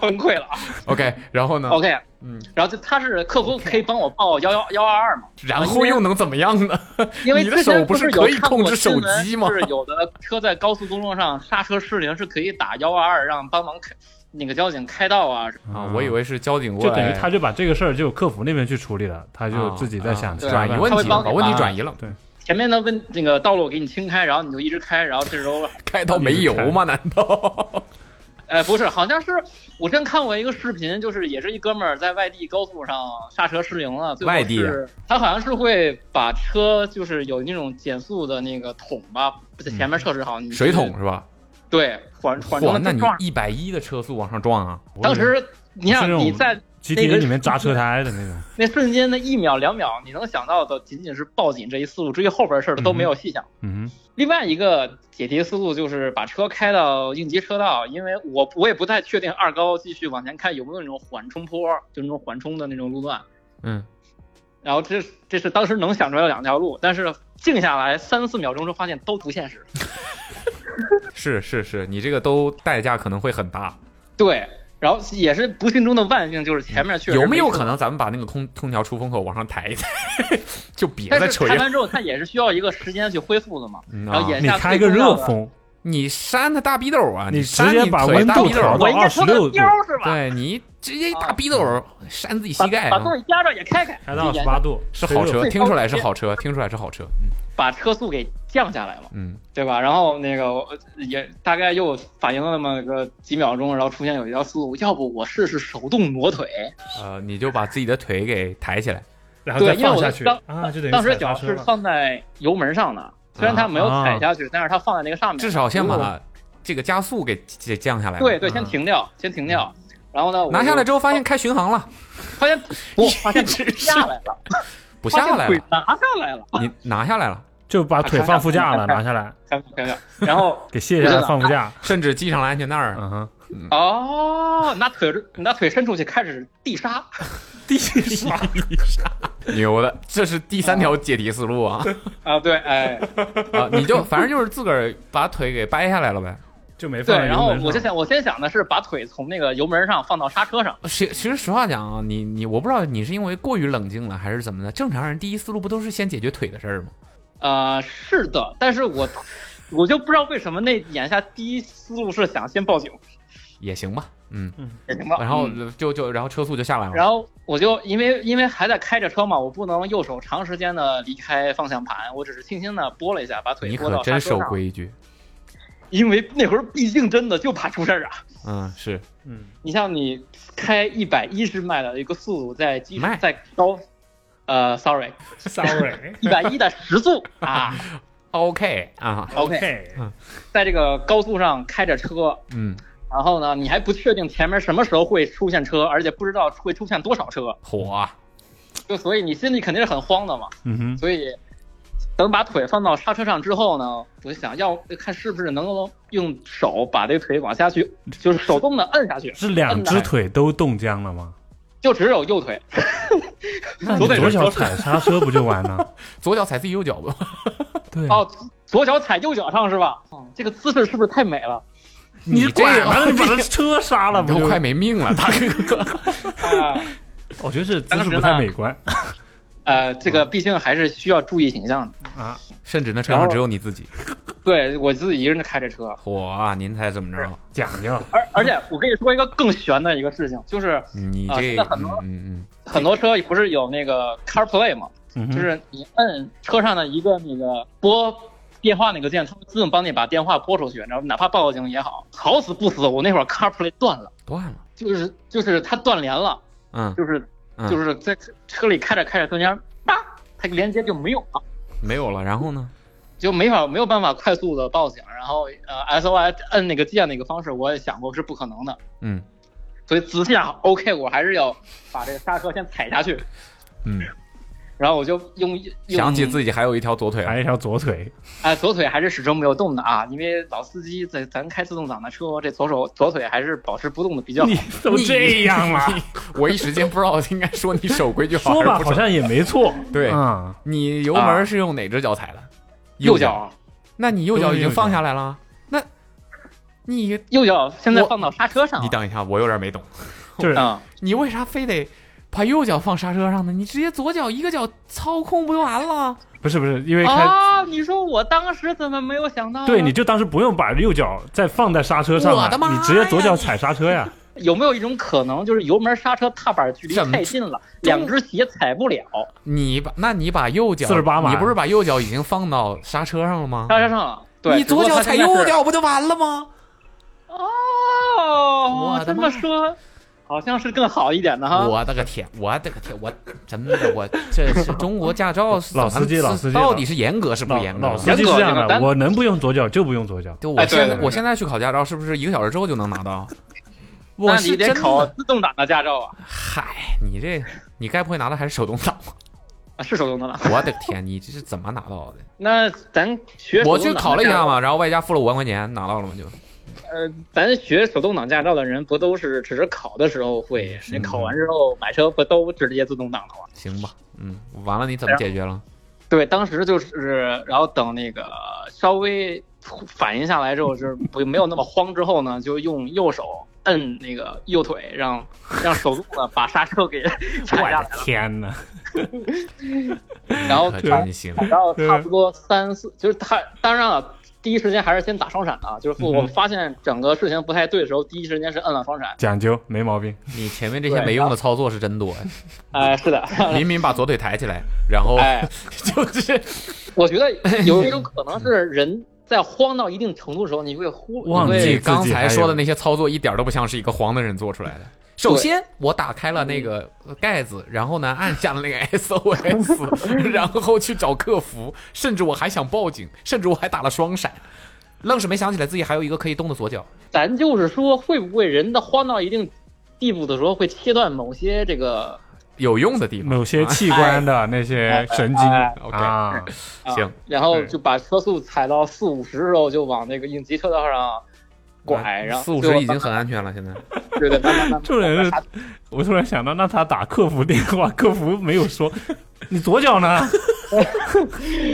崩溃了。 OK，然后呢？ OK，嗯，然后就他是客服可以帮我报幺幺幺二二嘛。然后又能怎么样呢？因为你的之前手不是是可以有看控过制手新闻机吗就是有的车在高速公路上刹车失灵，是可以打幺二二让帮忙开那个交警开道啊。啊，我以为是交警 过哦就来，等于他就把这个事儿就客服那边去处理了，他就哦啊自己在想啊其他转办移法问他题会了，帮把你问题啊转移了，前面的问那个道路我给你清开，然后你就一直开，然后这时候开到没油吗？难道？ 呃不是，好像是我真看过一个视频，就是也是一哥们儿在外地高速上刹车失灵了，最后外地啊是他好像是会把车就是有那种减速的那个桶吧，在前面设置好，你嗯水桶是吧？对缓缓哇，冲那的你撞上。一百一的车速往上撞啊！当时你是那想种你在 GTA 里面扎车胎的那 种，那瞬间的一秒两秒，你能想到的仅仅是报警这一思路，至于后边的事儿都没有细想。嗯另外一个解题思路就是把车开到应急车道，因为我我也不太确定二高继续往前开有没有那种缓冲坡，就那种缓冲的那种路段。嗯，然后这这是当时能想出来的两条路，但是静下来三四秒钟之后，发现都不现实。是是是，你这个都代价可能会很大。对，然后也是不幸中的万幸，就是前面确嗯实有没有车可能咱们把那个空空调出风口往上抬一抬，就别再但是吹开了？完之后，它也是需要一个时间去恢复的嘛。嗯然后啊眼哼，你下开最个重要热的风，你扇他大逼斗啊！你扇直接你把腿温大度逼斗调儿哦到我应该说26个度标是吧？对你直接一大逼斗儿扇自己把膝盖把啊，座椅压着也开开，开到就十沿八度是好吹热车，风听出来是好车，听出来是好车。把车速给降下来了，嗯，对吧？然后那个我也大概又反应了那么个几秒钟，然后出现有一条思路，要不我试试手动挪腿？呃，你就把自己的腿给抬起来。然后再对，因为放我下的去当啊，就等于当时踩刹脚车是了。放在油门上的，虽然它没有踩下去，但是它放在那个上面，啊至少先如果把这个加速给给降下来。对对，嗯先停掉，先停掉。然后呢，我拿下来之后发现就开巡航了，发现不发现只是下来了，不下发来现腿了，拿下来了，你拿下来了，就把腿放副驾了，拿下来开开开，然后给卸下来放副驾。甚至系上了安全带儿。嗯哼，哦，拿腿拿腿伸出去开始地刹。地下嗯牛的，这是第三条解题思路啊！啊，对， 哎，啊，你就反正就是自个儿把腿给掰下来了呗。就没对，放在油门然上。后我就想，我先想的是把腿从那个油门上放到刹车上， 其其实实话讲啊，你你我不知道你是因为过于冷静了还是怎么的。正常人第一思路不都是先解决腿的事儿吗？呃，是的，但是我我就不知道为什么那眼下第一思路是想先报警，也行吧，嗯，也行吧。然后就就然后车速就下来了，然后我就因为因为还在开着车嘛，我不能右手长时间的离开方向盘，我只是轻轻的拨了一下，把腿你拨可到刹真车守上。规矩，因为那会儿毕竟真的就怕出事儿啊。嗯，是你像你开一百一十迈的一个速度，在基迈在高，呃，sorry， ，sorry，一百一的时 速啊 OK 啊， ，OK，在这个高速上开着车，嗯，然后呢，你还不确定前面什么时候会出现车，而且不知道会出现多少车，火啊，就所以你心里肯定是很慌的嘛。嗯哼，所以等把腿放到刹车上之后呢，我就想要看是不是能够用手把这个腿往下去，就是手动的摁下去，是两只腿都冻僵了吗？就只有右腿。那你左腿左脚是踩刹车不就完了？左脚踩自己右脚吧， 对，哦，左脚踩右脚上是吧？嗯，这个姿势是不是太美了？你这管样了，你把他车刹了，不都就快没命了，大 哥，啊，我觉得是姿当势时不太呢美观呃，这个毕竟还是需要注意形象的。啊。甚至那车上只有你自己，对我自己一个人开着车，火啊，您猜怎么着？讲究，而而且我跟你说一个更悬的一个事情，就是你啊这现个在很多嗯嗯很多车不是有那个 CarPlay 嘛，嗯就哼，是你摁车上的一个那个拨电话那个键，它会自动帮你把电话拨出去，然后哪怕报警也好，好死不死我那会儿 CarPlay 断了，嗯，断了，就是就是它断联了，嗯，就是嗯就是在车里开着开着，突然间叭，它连接就没有了。没有了，然后呢？就没法没有办法快速的报警，然后呃 SOS 摁那个键那个方式，我也想过是不可能的，嗯所以仔细想，OK，我 还是要把这个刹车先踩下去，嗯，然后我就用用想起自己还有一条左腿啊了还有一条左腿，哎、左腿还是始终没有动的啊，因为老司机在咱开自动挡的车，这左手左腿还是保持不动的比较好你。怎么这样了？我一时间不知道应该说你守规矩好还 说是吧，不好守。像也没错，对啊，你油门是用哪只脚踩的？右脚，啊，那你右脚已经放下来了。那，你右脚现在我放到刹车上你了。等一下，我有点没 懂，就是嗯，你为啥非得把右脚放刹车上呢？你直接左脚一个脚操控不就完了？不是不是，因为开啊，你说我当时怎么没有想到呢？对，你就当时不用把右脚再放在刹车上我了，的妈你直接左呀脚踩刹车呀。有没有一种可能，就是油门、刹车、踏板距离怎么太近了，两只鞋踩不了，你把那你把右脚48码你不是把右脚已经放到刹车上了吗？刹车上了。对，啊你左脚踩右脚不就完了吗？哦我，的这妈么说，好像是更好一点的哈。我的个天！我的个天！我真的我这是中国驾照是老司机怎么老司机到底是严格是不老严格？啊老司机是这样的，我能不用左脚就不用左脚。就我现在、哎对对对我现在去考驾照，是不是一个小时之后就能拿到？我那是你得真考的，自动挡的驾照啊，嗨，你这你该不会拿的还是手动挡吧？啊是手动挡的。我的天，你这是怎么拿到的？那咱学我手去动挡的考了一驾下照，嘛，然后外加付了五万块钱，拿到了嘛就。呃，咱学手动挡驾照的人不都是只是考的时候会，是你考完之后买车不都直接自动挡的吗？行吧，嗯，完了你怎么解决了？对，当时就是，然后等那个稍微反应下来之后，就是不没有那么慌之后呢，就用右手摁那个右腿，让让手动的把刹车 给我踩下来的，天哪！然后哎可踩真行，到差不多三四，就是他当然了。第一时间还是先打双闪啊，嗯就是我们发现整个事情不太对的时候，第一时间是摁了双闪。讲究没毛病，你前面这些没用的操作是 真多呀。哎、是的，明明把左腿抬起来，然后哎， 就是我 觉得有一种可能是人在慌到一定程度的时候，你会忽你忘记会你自己刚才还有说的那些操作一点都不像是一个黄的人做出来的。首先，我打开了那个盖子，然后呢，按下了那个 SOS，然后去找客服，甚至我还想报警，甚至我还打了双闪，愣是没想起来自己还有一个可以动的左脚。咱就是说，会不会人的慌到一定地步的时候，会切断某些这个有用的地方，啊某些器官的那些神经哎哎啊，啊行，然后对就把车速踩到四五十之后，就往那个应急车道上拐，然后哎四五最十后已经哦很安全了。现在对对，慢慢慢慢这人是，我突然想到，那他打客服电话，客服没有说你左脚呢？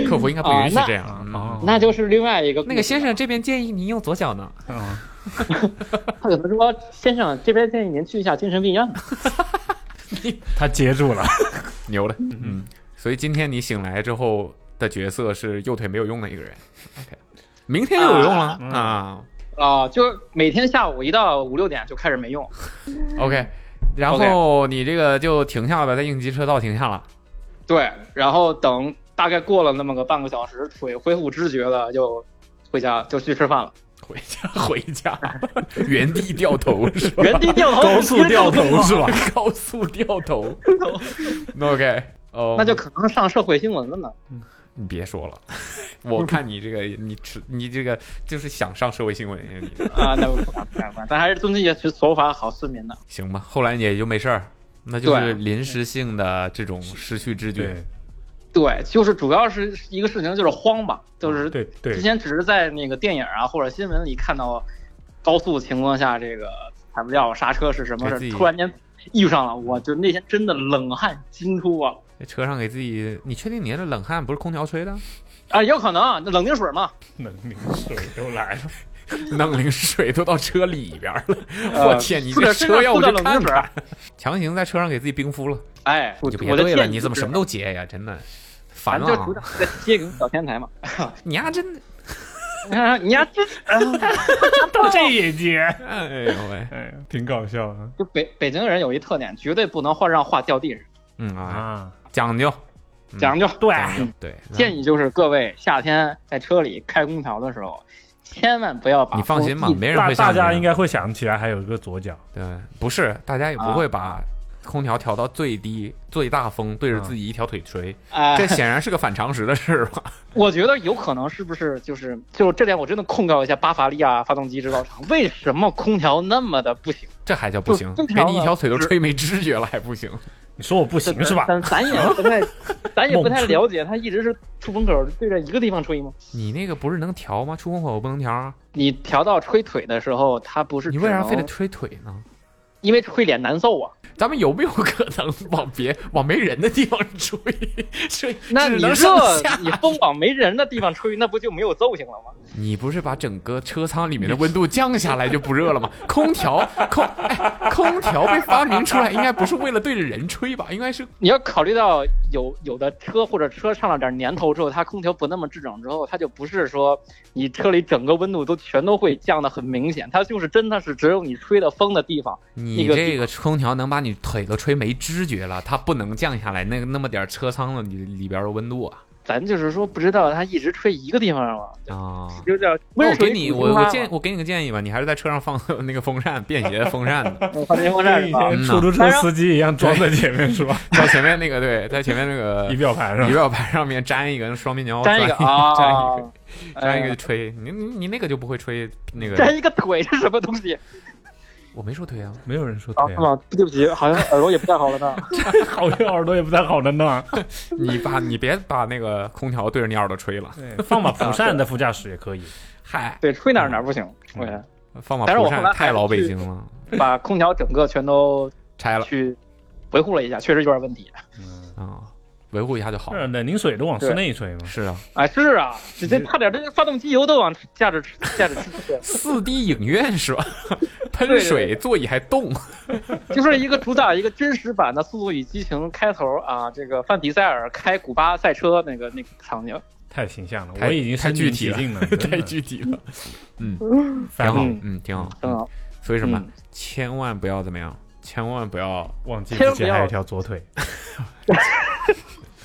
客服应该不允许这样。嗯哦，啊那就是另外一个故事那个先生这边建议您用左脚呢。哦他可能说先生这边建议您去一下精神病院吧。他接住了，牛的，嗯。所以今天你醒来之后的角色是右腿没有用的一个人。OK，明天又有用了啊啊，就是每天下午一到五六点就开始没用， OK，然后你这个就停下了呗，在应急车道停下了。对，然后等大概过了那么个半个小时，腿恢复知觉了，就回家就去吃饭 了，回家，回家， 原地掉头是吧？ 原地掉头，高速掉 头是吧？ 高速掉头。OK，哦，那就可能上社会新闻 了呢。你别说了， 我看你这个，你吃，你这个就是想上社会新闻，你啊， 那不敢不敢不敢，咱还是遵纪也去守法好市民呢。行吧？后来你也就没事儿，那就是对临时性的这种失去知觉。对对，就是主要是一个事情，就是慌吧，嗯就是对之对，前只是在那个电影啊或者新闻里看到高速情况下这个踩不掉刹车是什么给自己事，突然间遇上了，我就那天真的冷汗惊出啊！在车上给自己，你确定你这冷汗不是空调吹的？ 啊，有可能那冷凝水嘛，能力水都来了，弄淋水都到车里边儿了，呃我天！你或这者身车上要敷我点就冷看凝水看，，强行在车上给自己冰敷了。哎，我你就我别的对了，天你怎么什么都接呀？真的反烦正了就啊主！打这接梗小天才嘛， 你丫真的，你看你呀，这到这也接，哎呦喂，哎呀，挺搞笑啊就北北京人有一特点，绝对不能话让话掉地上，嗯啊，啊！讲究，嗯讲究。对讲究，对，哎建议议就是各位夏天在车里开空调的时候，千万不要把你放风心吧，一没人大会大像家你应该会想起来还有一个左脚，对，不是，大家也不啊会把空调调到最低、最大风，对着自己一条腿吹，哎，这显然是个反常识的事儿吧？我觉得有可能是不是就是就这点，我真的控告一下巴伐利亚发动机制造厂，为什么空调那么的不行？这还叫不行？就正给常你一的条腿都吹没知觉了还不行？你说我不行是吧？咱咱也 不太，咱也不太了解，它一直是出风口对着一个地方吹吗？你那个不是能调吗？出风口不能调啊？你调到吹腿的时候，它不是你只为啥非得能吹腿呢？因为吹脸难受啊？咱们有没有可能往别 往没人的地方吹？ 吹那只你能上下这你风往没人的地方吹，那不就没有奏性了吗？你不是把整个车舱里面的温度降下来就不热了吗？ 空调空、哎、空调被发明出来应该不是为了对着人吹吧？应该是你要考虑到有有的车或者车上了点年头之后，它空调不那么制冷之后，它就不是说你车里整个温度都全都会降得很明显，它就是真的是只有你吹的风的地方。你这个空调能把你腿都吹没知觉了，它不能降下来那个那么点儿车舱的里里边的温度啊咱就是说不知道它一直吹一个地方嘛，啊！就叫那温我水给你煮我青蛙我嘛建我给你个建议吧，你还是在车上放 那个风扇，便携的风扇的，嗯放电风扇跟是以 吧？前出租车司机一样装在前面是吧？在前面那个对，在前面那个仪表盘仪上，表盘上面粘一个双面胶，粘一个拴粘一啊个。，哎粘一个吹，你你你那个就不会吹那个，粘一个腿是什么东西？我没说推啊， 没有人说啊，对是啊，吗？对不起，好像耳朵也不太好了呢。好像耳朵也不太好的啊呢。你把你别把那个空调对着你耳朵吹了，对，放把蒲扇在副驾驶也可以。嗨， 对，吹哪儿哪儿不行，嗯我觉放把但是蒲我后来扇还太老北去京了，得把空调整个全都拆了去维护了一下，确实有点问题。啊、维护一下就 好是啊了。冷凝水都往室内吹嘛？是啊，哎，是啊，你这差点这发动机油都往驾驶驾驶室 去了，四 D 影院是吧？ 喷对水，座椅还动，就是一个主打一个真实版的《速度与激情》开头啊，这个范迪塞尔开古巴赛车那个那个场景，太形象了，太我已经太身具临体其了境了，真太的具体了，嗯，挺烦好恼嗯，嗯，挺好，真的。所以什么，嗯千万不要怎么样，千万不要忘记千自万己不要还有一条左腿，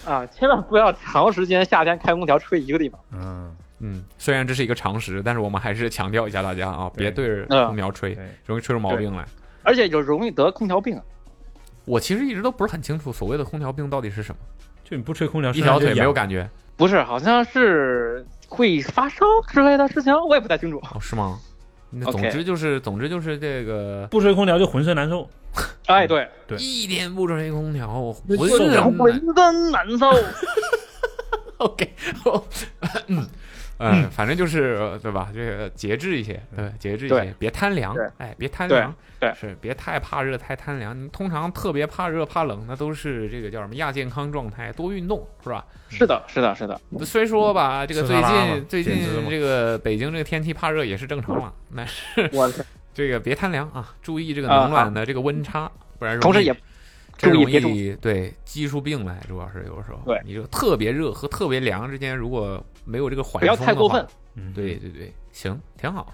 啊，千万不要长时间夏天开空调吹一个地方。嗯，嗯，虽然这是一个常识，但是我们还是强调一下大家啊，别对对着嗯空调吹，对容易吹出毛对病来。而且就容易得空调病，我其实一直都不是很清楚所谓的空调病到底是什么，就你不吹空调，一条腿没有感，感觉不是，好像是会发烧之类的事情，我也不太清楚。哦，是吗？那 OK 总之就是，总之就是这个不吹空调就浑身难受。哎，对，对一天不吹空调，我我浑身就难。浑身难受。嗯 OK，哦 嗯，呃反正就是呃对吧？这个节制一些，对，节制一些嗯对，别贪凉对，哎，别贪对凉，对是别太怕热太贪凉。你通常特别怕热怕冷，那都是这个叫什么亚健康状态，多运动是吧？是的，是的，是 的，虽说吧，这个吃最沙拉嘛近最减脂近嘛这个北京这个天气怕热也是正常了，那我这个别贪凉啊，注意这个啊冷暖的这个温差，不然容易同时也真注意容别中易对激出病来，主要是有的时候，对你这个特别热和特别凉之间，如果没有这个缓不要冲太的过话分，嗯，对，对对，行，挺好。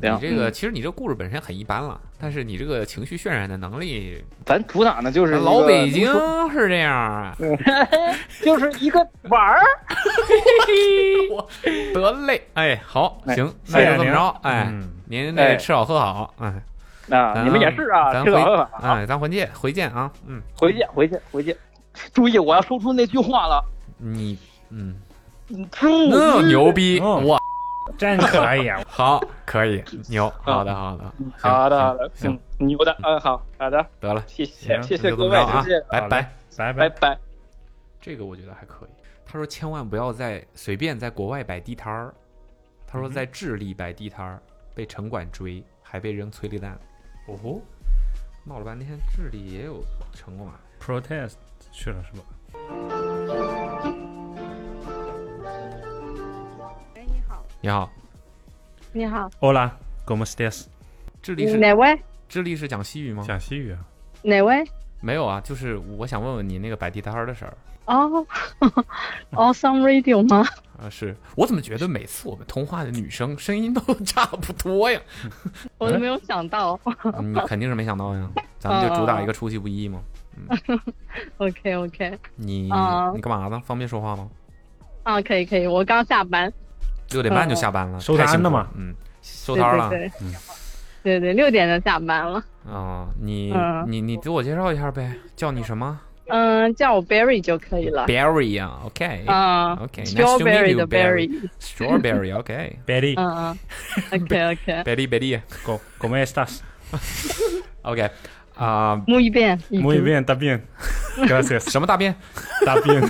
对啊你这个其实你这故事本身很一般了，但是你这个情绪渲染的能力，咱主打呢就是一个老北京是这样啊。就是一个玩儿。 得嘞，哎，好，哎行，哎那呀就这么着，哎，嗯您那哎吃好喝好，哎，啊，你们也是啊，咱吃回早饭吧啊，哎，咱回见，回见啊，嗯， 回见回见回见。注意，我要说出那句话了，你，嗯，注那意牛逼，嗯哇，真可以啊！好，可以，啊牛，好的，好的，行好的好行的，行，牛的，嗯，好，好的，得了，谢谢行谢那谢就各这么位着，啊谢谢，，拜好拜嘞。拜拜拜。拜。这个我觉得还可以。他说千万不要在随便在国外摆地摊儿。他说在智利摆地摊儿被城管追，还被扔催泪弹。哦吼，闹了半天智利也有城管。 Protest 去了是吧？喂，你好，你好，你好， Hola, ¿cómo estás？智利是哪位？智利是讲西语吗？讲西语啊？哪位？没有啊，就是我想问问你那个摆地摊儿的事儿。 哦，Awesome Radio 吗？啊，是我怎么觉得每次我们通话的女生声音都差不多呀？我都没有想到。你嗯肯定是没想到 呀，咱们就主嗯打一个出其不意嘛。 OK OK，你哦你干嘛呢？方便说话吗？啊，可以可以，我刚下班。六点半就下班了，收太摊辛了苦嘛嗯，收摊了。嗯对对对对对，六点就下班了。啊、你、嗯你你自我介绍一下呗，叫你什么嗯，叫我 Berry 就可以了。 ？Berry 啊，OK，啊 OK，nice to meet ，Strawberry you, 的 Berry。 Berry，Strawberry，OK，Berry 贝利嗯 嗯，OK OK， Berry ，go cómo estás？ OK 啊、木一遍， Muy bien, está bien. Gracias, 什么大便？ está bien.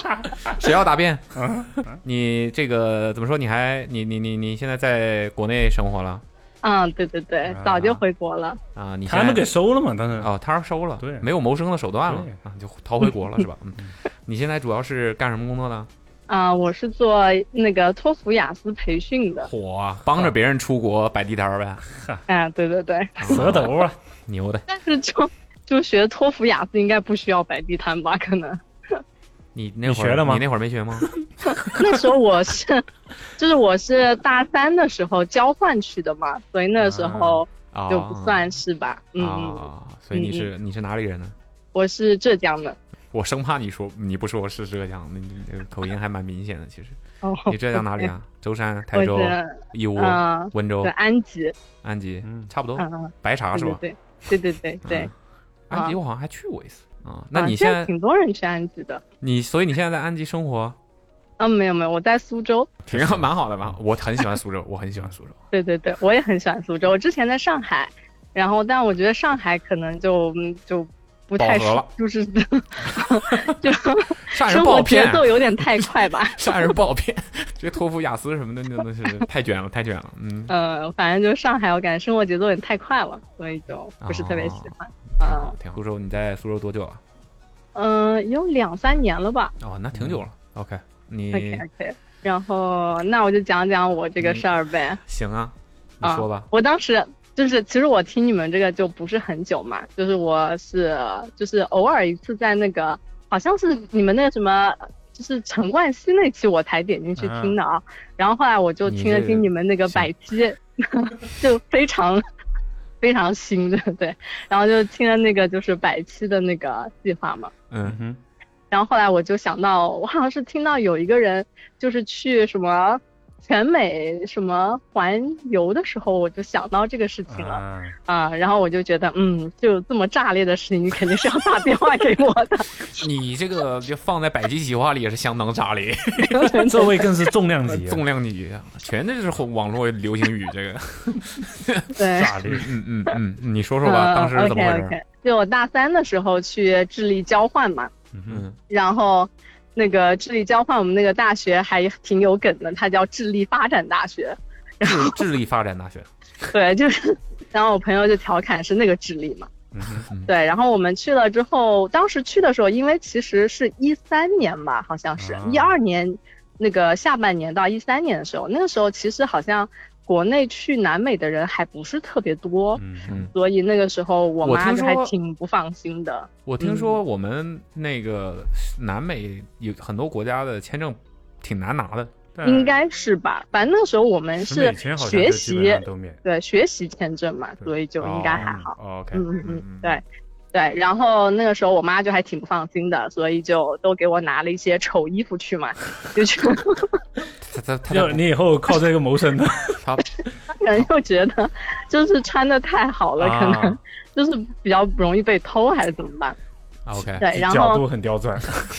谁要大便？嗯 你这个怎么说？你还你你你你现在在国内生活了嗯，对对对，早就回国了。啊、你现他在们给收了嘛？当然。哦，摊儿收了，嗯对没有谋生的手段了对啊，就逃 回国了是吧？嗯，你现在主要是干什么工作呢？啊，我是做那个托福雅思培训的。火啊，帮着别人出国摆地摊儿 呗，啊，对对对， 舌头啊，牛的。但是就就学托福雅思应该不需要摆地摊吧？可能。 你那会儿你学了吗你那会儿没学吗？那时候我是，就是我是大三的时候交换去的嘛，所以那时候啊， 就不算是吧。嗯，嗯，啊，所以你是你是哪里人呢？我是浙江的。我生怕你说你不说是浙江，那你你口音还蛮明显的。其实哦，你浙江哪里啊？舟山、台 我州、是义乌、嗯，温州对、安吉，安吉，嗯差不多。嗯，白茶对啊是吧？对对对对对对嗯。安吉啊我好像还去过一次啊。啊那你现现在在挺多人去安吉的。你所以你现在在安吉生活嗯，没有没有，我在苏州。挺好，蛮好的蛮好。我很喜欢苏州，我很喜欢苏州。对对对，我也很喜欢苏州。我之前在上海，然后但我觉得上海可能就嗯就不太饱和了，就是 就上海人生不好活骗节，奏有点太快吧。上海人不好骗。这托福、雅思什么的，那那是太卷了，太卷了。嗯，呃，反正就是上海，我感觉生活节奏有点太快了，所以就不是哦特别喜欢。挺嗯好，挺好。苏州，你在苏州多久了？啊嗯、呃有两三年了吧哦，那挺久了。OK，嗯，OK 你 OK。然嗯后那我就讲讲我这个事儿呗。行啊，你啊说吧。我当时就是，其实我听你们这个就不是很久嘛，就是我是就是偶尔一次在那个，好像是你们那个什么。就是陈冠希那期我才点进去听的啊，然后后来我就听你了这个听你们那个行百期， 就非常 非常新的对，然后就听了那个就是百期的那个计划嘛，嗯哼，然后后来我就想到，我好像是听到有一个人就是去什么全美什么环游的时候，我就想到这个事情了啊，啊然后我就觉得，嗯，就这么炸裂的事情，你肯定是要打电话给我 的。你这个就放在百集企划里也是相当炸裂， 这位更是重量级啊， 重量级啊，全都是网络流行语。这 个，对，炸裂。嗯嗯嗯，你说说吧，当时是怎么回事？o k o k 就我大三的时候去智利交换嘛，嗯嗯，然后那个智利交换，我们那个大学还挺有梗的，它叫智利发展大学。智智力发展大学， 对，就是，然后我朋友就调侃是那个智利嘛。嗯对，然后我们去了之后，当时去的时候，因为其实是一三年吧，好像是啊一二、12年那个下半年到一三年的时候，那个时候其实好像国内去南美的人还不是特别多，嗯嗯嗯，所以那个时候我我妈听就还说挺不放心的。我听说我们那个南美有很多国家的签证挺难拿的，但应该是吧？反正那时候我们是是以前好像学就基本习上都免。对学习签证嘛，所以就应该还好。哦 OK，嗯嗯嗯嗯，对对。然后那个时候我妈就还挺不放心的，所以就都给我拿了一些丑衣服去嘛，就去，他他 他要你以后靠这个谋生 的，他可能又觉得就是穿的太好了，可能啊就是比较容易被偷还是怎么办？啊，OK，对，然哎角后度很刁钻。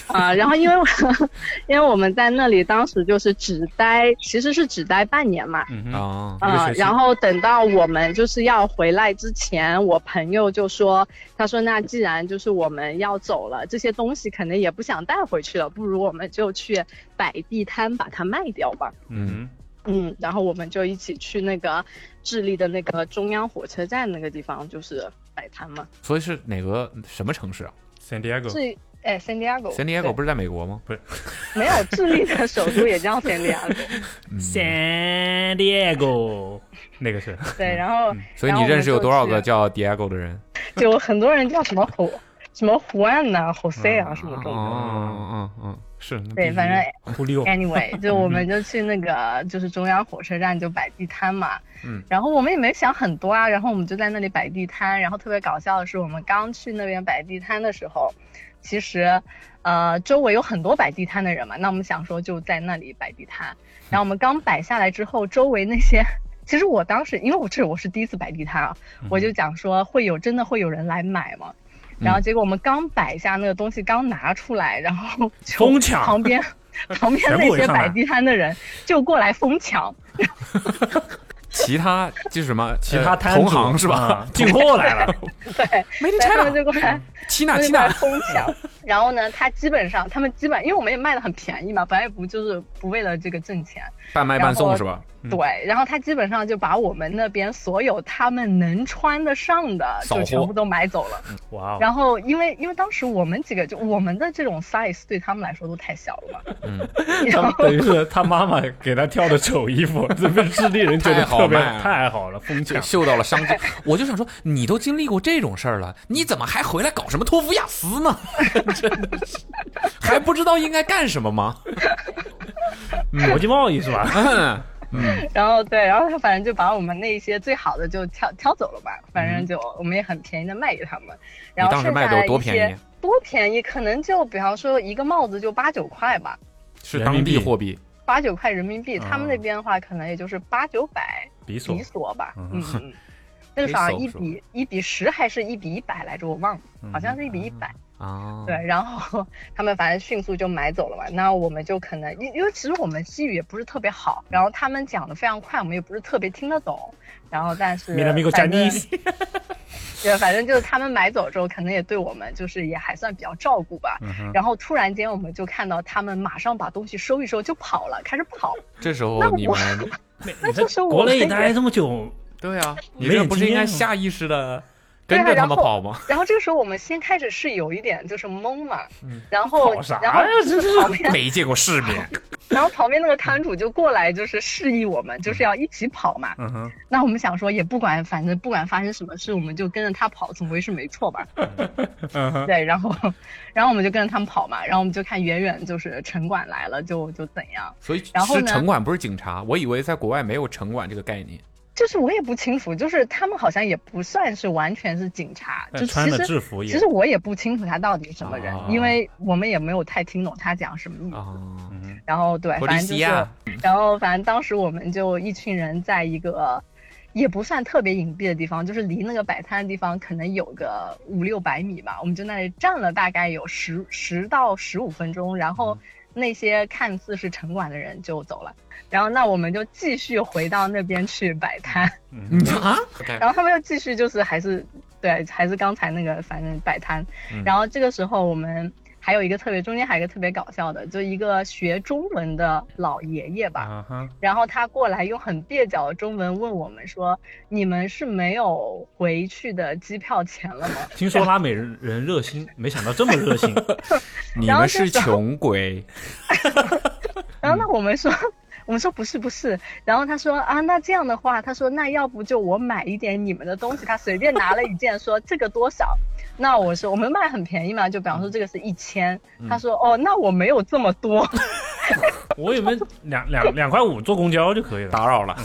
啊、然后因为我 因为我们在那里当时就是只待，其实是只待半年嘛。嗯哼，哦，一个啊、学期然后等到我们就是要回来之前，我朋友就说，他说那既然就是我们要走了，这些东西肯定也不想带回去了，不如我们就去摆地摊把它卖掉吧。嗯嗯，然后我们就一起去那个智利的那个中央火车站那个地方，就是摆摊嘛。所以是哪个什么城市啊哼，San Diego，是哎，San Diego， ？San Diego 不是在美国吗？对没有智利的首都也叫 San Diego。嗯， San Diego，那个是对，然后嗯所以你认识有多少个叫 Diego 的人？就很多人叫什么胡什么胡安呐、侯 C 啊什么哦的。哦哦哦，是，那必对，须反正胡里奥。 anyway，就我们就去那个就是中央火车站就摆地摊嘛。嗯。然后我们也没想很多啊，然后我们就在那里摆地摊。然后特别搞笑的是，我们刚去那边摆地摊的时候，其实，呃，周围有很多摆地摊的人嘛。那我们想说就在那里摆地摊。然后我们刚摆下来之后，周围那些。 其实我当时，因为我这我是第一次摆地摊啊，我就讲说会有真的会有人来买嘛，然后结果我们刚摆下那个东西，刚拿出来，然后就疯抢旁边旁边全部那围些上来摆地摊的人就过来疯抢，其他就是什么其他呃摊主同行是吧啊？进货来了，对，没对人 他拆们了，就过 来，缇他娜们缇就过来娜，疯抢。 然后呢，他基本上他们基本因为我们也卖的很便宜嘛，本来也不就是不为了这个挣钱，半卖半送是吧？对。然后他基本上就把我们那边所有他们能穿得上的扫就货全部都买走了。哇哦，然后因为因为当时我们几个就我们的这种 size 对他们来说都太小了嘛，嗯， 然他后们等于是他妈妈给他挑的丑衣服，这被智利人觉得太好特别卖了太好了，疯抢。嗅到了商机， 我就想说，你都经历过这种事儿了，你怎么还回来搞什么托福雅思呢？ 真的是，还不知道应该干什么吗？ 国际贸易是吧？嗯然后对，然后他反正就把我们那一些最好的就挑挑走了吧，反正就我们也很便宜的卖给他们，然嗯后当时剩下卖的来有多一便宜些？多便宜，可能就比方说一个帽子就八九块吧，是人当民地币货币，八九块人民币，他们哦那边的话可能也就是八九百比索比，索吧，嗯嗯嗯，那个好像一比索是比一比十还是一比一百来着，我忘了，好像是一比一百。嗯啊，对，，然后他们反正迅速就买走了嘛。那我们就可能因因为其实我们西语也不是特别好，然后他们讲的非常快，我们也不是特别听得懂。然后但是米兰米国加反正尼， 对，反正就是他们买走之后，可能也对我们就是也还算比较照顾吧。嗯然后突然间我们就看到他们马上把东西收一收就跑了，开始跑。这时候那你我们，你这在是我哦国内的待这么久，对啊，你没这有不是应经该验下意识的对跟啊着他然们后跑吗？然后这个时候我们先开始是有一点就是懵嘛，嗯然后跑啥呀然后这是旁边没见过世面，然后旁边那个摊主就过来就是示意我们就是要一起跑嘛。嗯哼，那我们想说，也不管，反正不管发生什么事，我们就跟着他跑，总归是没错吧？ 嗯哼，对，然后， 然后我们就跟着他们跑嘛，然后我们就看远远就是城管来了，就就怎样？所以然后是呢城管不是警察，我以为在国外没有城管这个概念。就是我也不清楚，就是他们好像也不算是完全是警察，就但其哎穿了实制服也哦其实我也不清楚他到底是什么人，啊因为我们也没有太听懂他讲什么意思。啊，然后对，普反利正就西是，亚然后反正当时我们就一群人在一个也不算特别隐蔽的地方，就是离那个摆摊的地方可能有个五六百米吧，我们就那里站了大概有十十到十五分钟，然后那些看似是城管的人就走了，然后那我们就继续回到那边去摆摊，嗯 啊，OK， 然后他们又继续就是还是对，还是刚才那个反正摆摊。嗯然后这个时候我们还有一个特别中间还有一个特别搞笑的，就一个学中文的老爷爷吧，啊哈，然后他过来用很蹩脚的中文问我们说：“你们是没有回去的机票钱了吗听说拉美人热心，没想到这么热心，你然后们这是时候穷鬼，？”然后那我们说。我们说不是不是，然后他说啊，那这样的话，他说那要不就我买一点你们的东西，他随便拿了一件说这个多少，那我说我们卖很便宜嘛，就比方说这个是一千，他说哦，那我没有这么多， 我以为两两两块五坐公交就可以了。打扰了，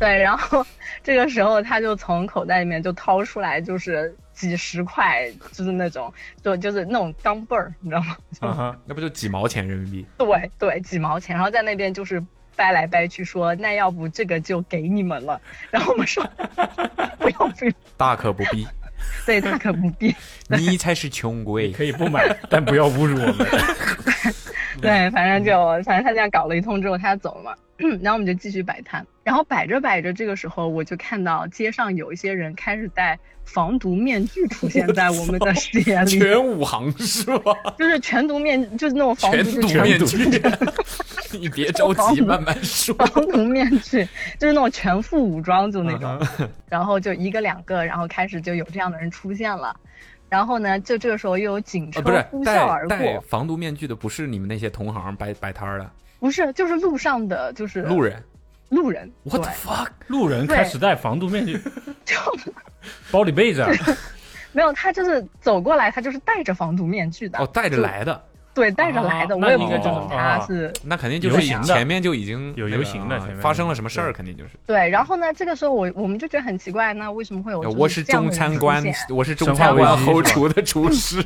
对，然后这个时候他就从口袋里面就掏出来，就是几十块，就是那种，就就是那种钢镚儿，你知道吗？啊哈，那不就几毛钱人民币？对对，几毛钱，然后在那边就是掰来掰去说，那要不这个就给你们了。然后我们说 不要不要，大可不必，对，大可不 必。你才是穷鬼。可以不买，但不要侮辱我们。对，反正就反正他这样搞了一通之后，他走了嘛。 然后我们就继续摆摊，然后摆着摆着，这个时候我就看到街上有一些人开始戴防毒面具出现在我们的视野里， 全武行是 吧？就是全毒面，就是那种防毒全就毒是面具， 你别着急，慢慢说。 防毒面具，就是那种全副武装，就嗯那种。然后就一个两个，然后开始就有这样的人出现了。然后呢，就这个时候又有警车啊，不是呼啸戴而过，戴防毒面具的不是你们那些同行摆摆摊儿的不是，就是路上的，就是路人。路人。 What 对 the fuck？路人开始戴防毒面具，包里被子啊，没有，他就是走过来，他就是戴着防毒面具的，哦，带着来的，对，戴着来的。啊我也那不应该知道就是他啊是、那肯定就是已游行的前面就已经有那个游行的啊前面发生了什么事儿，对肯定就是。对。然后呢，这个时候我我们就觉得很奇怪，那为什么会有呃我就是这样中的人餐出官现，我是中生餐化危官机后是吧厨的厨 师。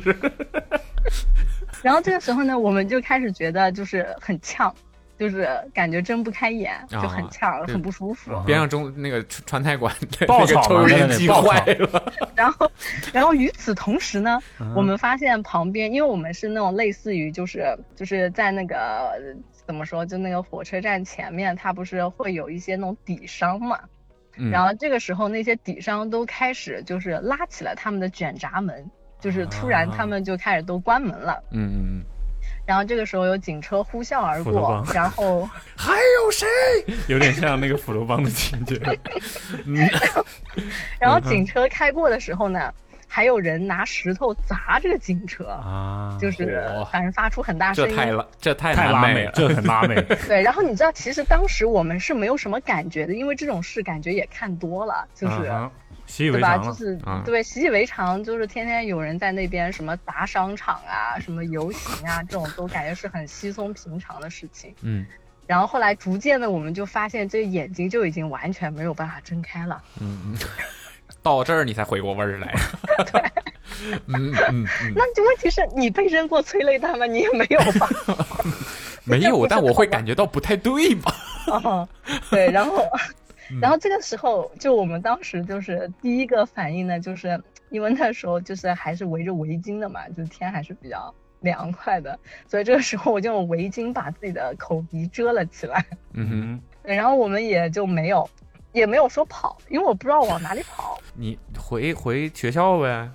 然后这个时候呢，我们就开始觉得就是很呛，就是感觉睁不开眼，就很呛，哦对哦很不舒服。边上中那个川川太馆的啊爆那个炒抽嘛油在那烟里机爆炒坏了，然后，然后与此同时呢，嗯我们发现旁边，因为我们是那种类似于就是就是在那个呃怎么说，就那个火车站前面，它不是会有一些那种底商嘛。嗯然后这个时候，那些底商都开始就是拉起了他们的卷闸门，就是突然啊他们就开始都关门了。嗯嗯然后这个时候有警车呼啸而斧头过，帮然后还有谁？有点像那个斧头帮的情节。然后嗯警车开过的时候呢，还有人拿石头砸这个警车，啊，就是哇反正发出很大声这音。太了，这太太拉拉美美，这很拉美。对，然后你知道，其实当时我们是没有什么感觉的，因为这种事感觉也看多了，就是、啊哈习以对为吧？常就了。啊是、嗯对习以为常，就是天天有人在那边什么砸商场啊、什么游行啊，这种都感觉是很稀松平常的事情。嗯然后后来逐渐的，我们就发现这眼睛就已经完全没有办法睁开了。嗯嗯，到这儿你才回过味儿 来。嗯嗯嗯，那就问题是你被扔过催泪弹吗？你也没有吧？没这不有，是但我会头发感觉到不太对吧？哦， 对，然后，嗯 然后这个时候就我们当时就是第一个反应呢，就是因为那时候就是还是围着围巾的嘛，就是天还是比较凉快的，所以这个时候我就用围巾把自己的口鼻遮了起来， 嗯哼，嗯，对然后我们也就没有，也没有说跑，因为我不知道往哪里跑，你回回学校呗。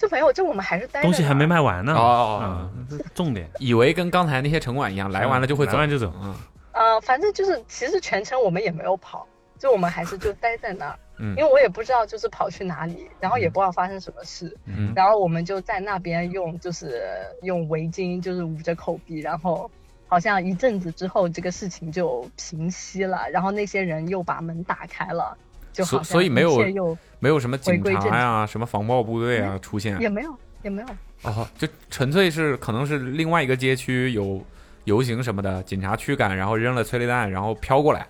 就没有，就我们还是待着东西还没那儿。卖完呢。哦嗯，这重点。以为跟刚才那些城管一样，来完了就会走。来完就走嗯呃，反正就是其实全程我们也没有跑，就我们还是就待在那儿， 嗯因为我也不知道就是跑去哪里，然后也不知道发生什么事。嗯，然后我们就在那边用就是用围巾就是捂着口鼻，然后好像一阵子之后这个事情就平息了，然后那些人又把门打开了，就好所像所以没有一切又没有什么警回归正察呀、什么防暴部队嗯啊出现。也没有也没有哦，就纯粹是可能是另外一个街区有游行什么的，警察驱赶，然后扔了催泪弹，然后飘过来，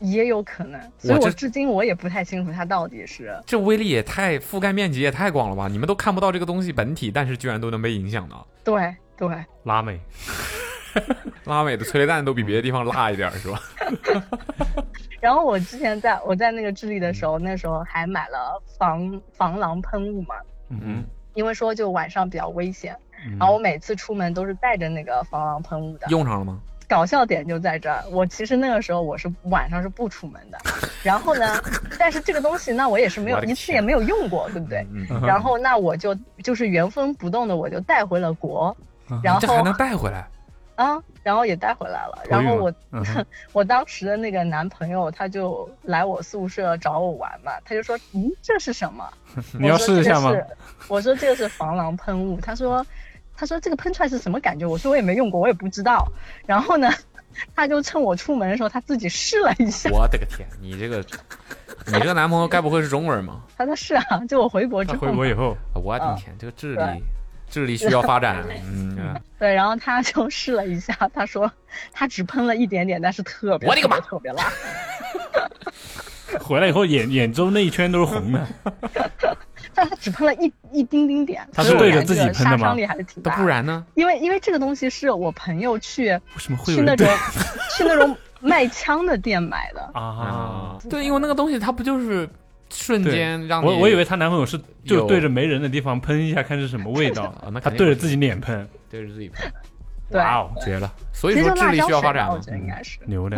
也有可能，所以这我至今我也不太清楚他到底是这威力也太覆盖面积也太广了吧？你们都看不到这个东西本体，但是居然都能被影响到。对对拉美，拉美的催泪弹都比别的地方辣一点是吧？然后我之前在我在那个智利的时候，那时候还买了防防狼喷雾嘛，嗯因为说就晚上比较危险，嗯哼，然后我每次出门都是带着那个防狼喷雾的。用上了吗？搞笑点就在这儿，我其实那个时候我是晚上是不出门 的，然后呢，但是这个东西呢，我也是没我有的一次天也没有用过，对不对？嗯，嗯然后那我就就是原封不动的我就带回了国，然嗯这还后能带回来？啊，然后也带回来了。头然晕后吗我嗯哼 我当时的那个男朋友他就来我宿舍找我玩嘛，他就说，嗯，这是 什么？你要试一下吗？我说这个是我说这个是防狼喷雾，他说他说这个喷出来是什么感觉？我说我也没用过，我也不知道。然后呢，他就趁我出门的时候，他自己试了一下。 我的个天，你这个你这个男朋友该不会是中国人吧？他说是啊，就我回国之他后回嘛，国以后，啊我的嗯天，这个智对 力智力需要发展，嗯，对，然后他就试了一下，他说他只喷了一点点，但是特别我的个妈 特别特别辣。回来以后眼眼周那一圈都是红的，但他只喷了一一丁丁点，他所以是我对着感自己觉喷的杀吗伤力还是挺那大不。然呢？因为因为这个东西是我朋友去为什么会有去人那种对 去那种卖枪的店买的，啊？，对，因为那个东西它不就是瞬间让你我我以为她男朋友是就有对着没人的地方喷一下，看是什么味道。啊，那她肯定对着自己脸喷，对着自己喷，对，哇哦，绝了！所以其实说就智辣力椒需要水发吧展我嘛觉，得应该是。牛的！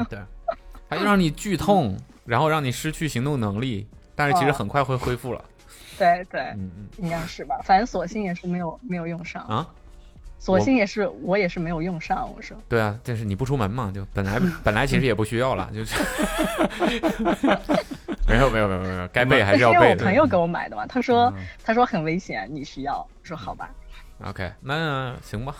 它就让你剧痛，然后让你失去行动能力，但是其实很快会恢复啊了。对对，嗯嗯应该是吧。反正索性也是没有没有用上，啊，索性也是我也是没有用上。我说对啊，但是你不出门嘛，就本来 本来其实也不需要了，就是 没有没有没有没有，该背还是那是要因为背我的。朋友给我买的嘛，他说他说很危险，你需要。我说好吧， OK，那行吧，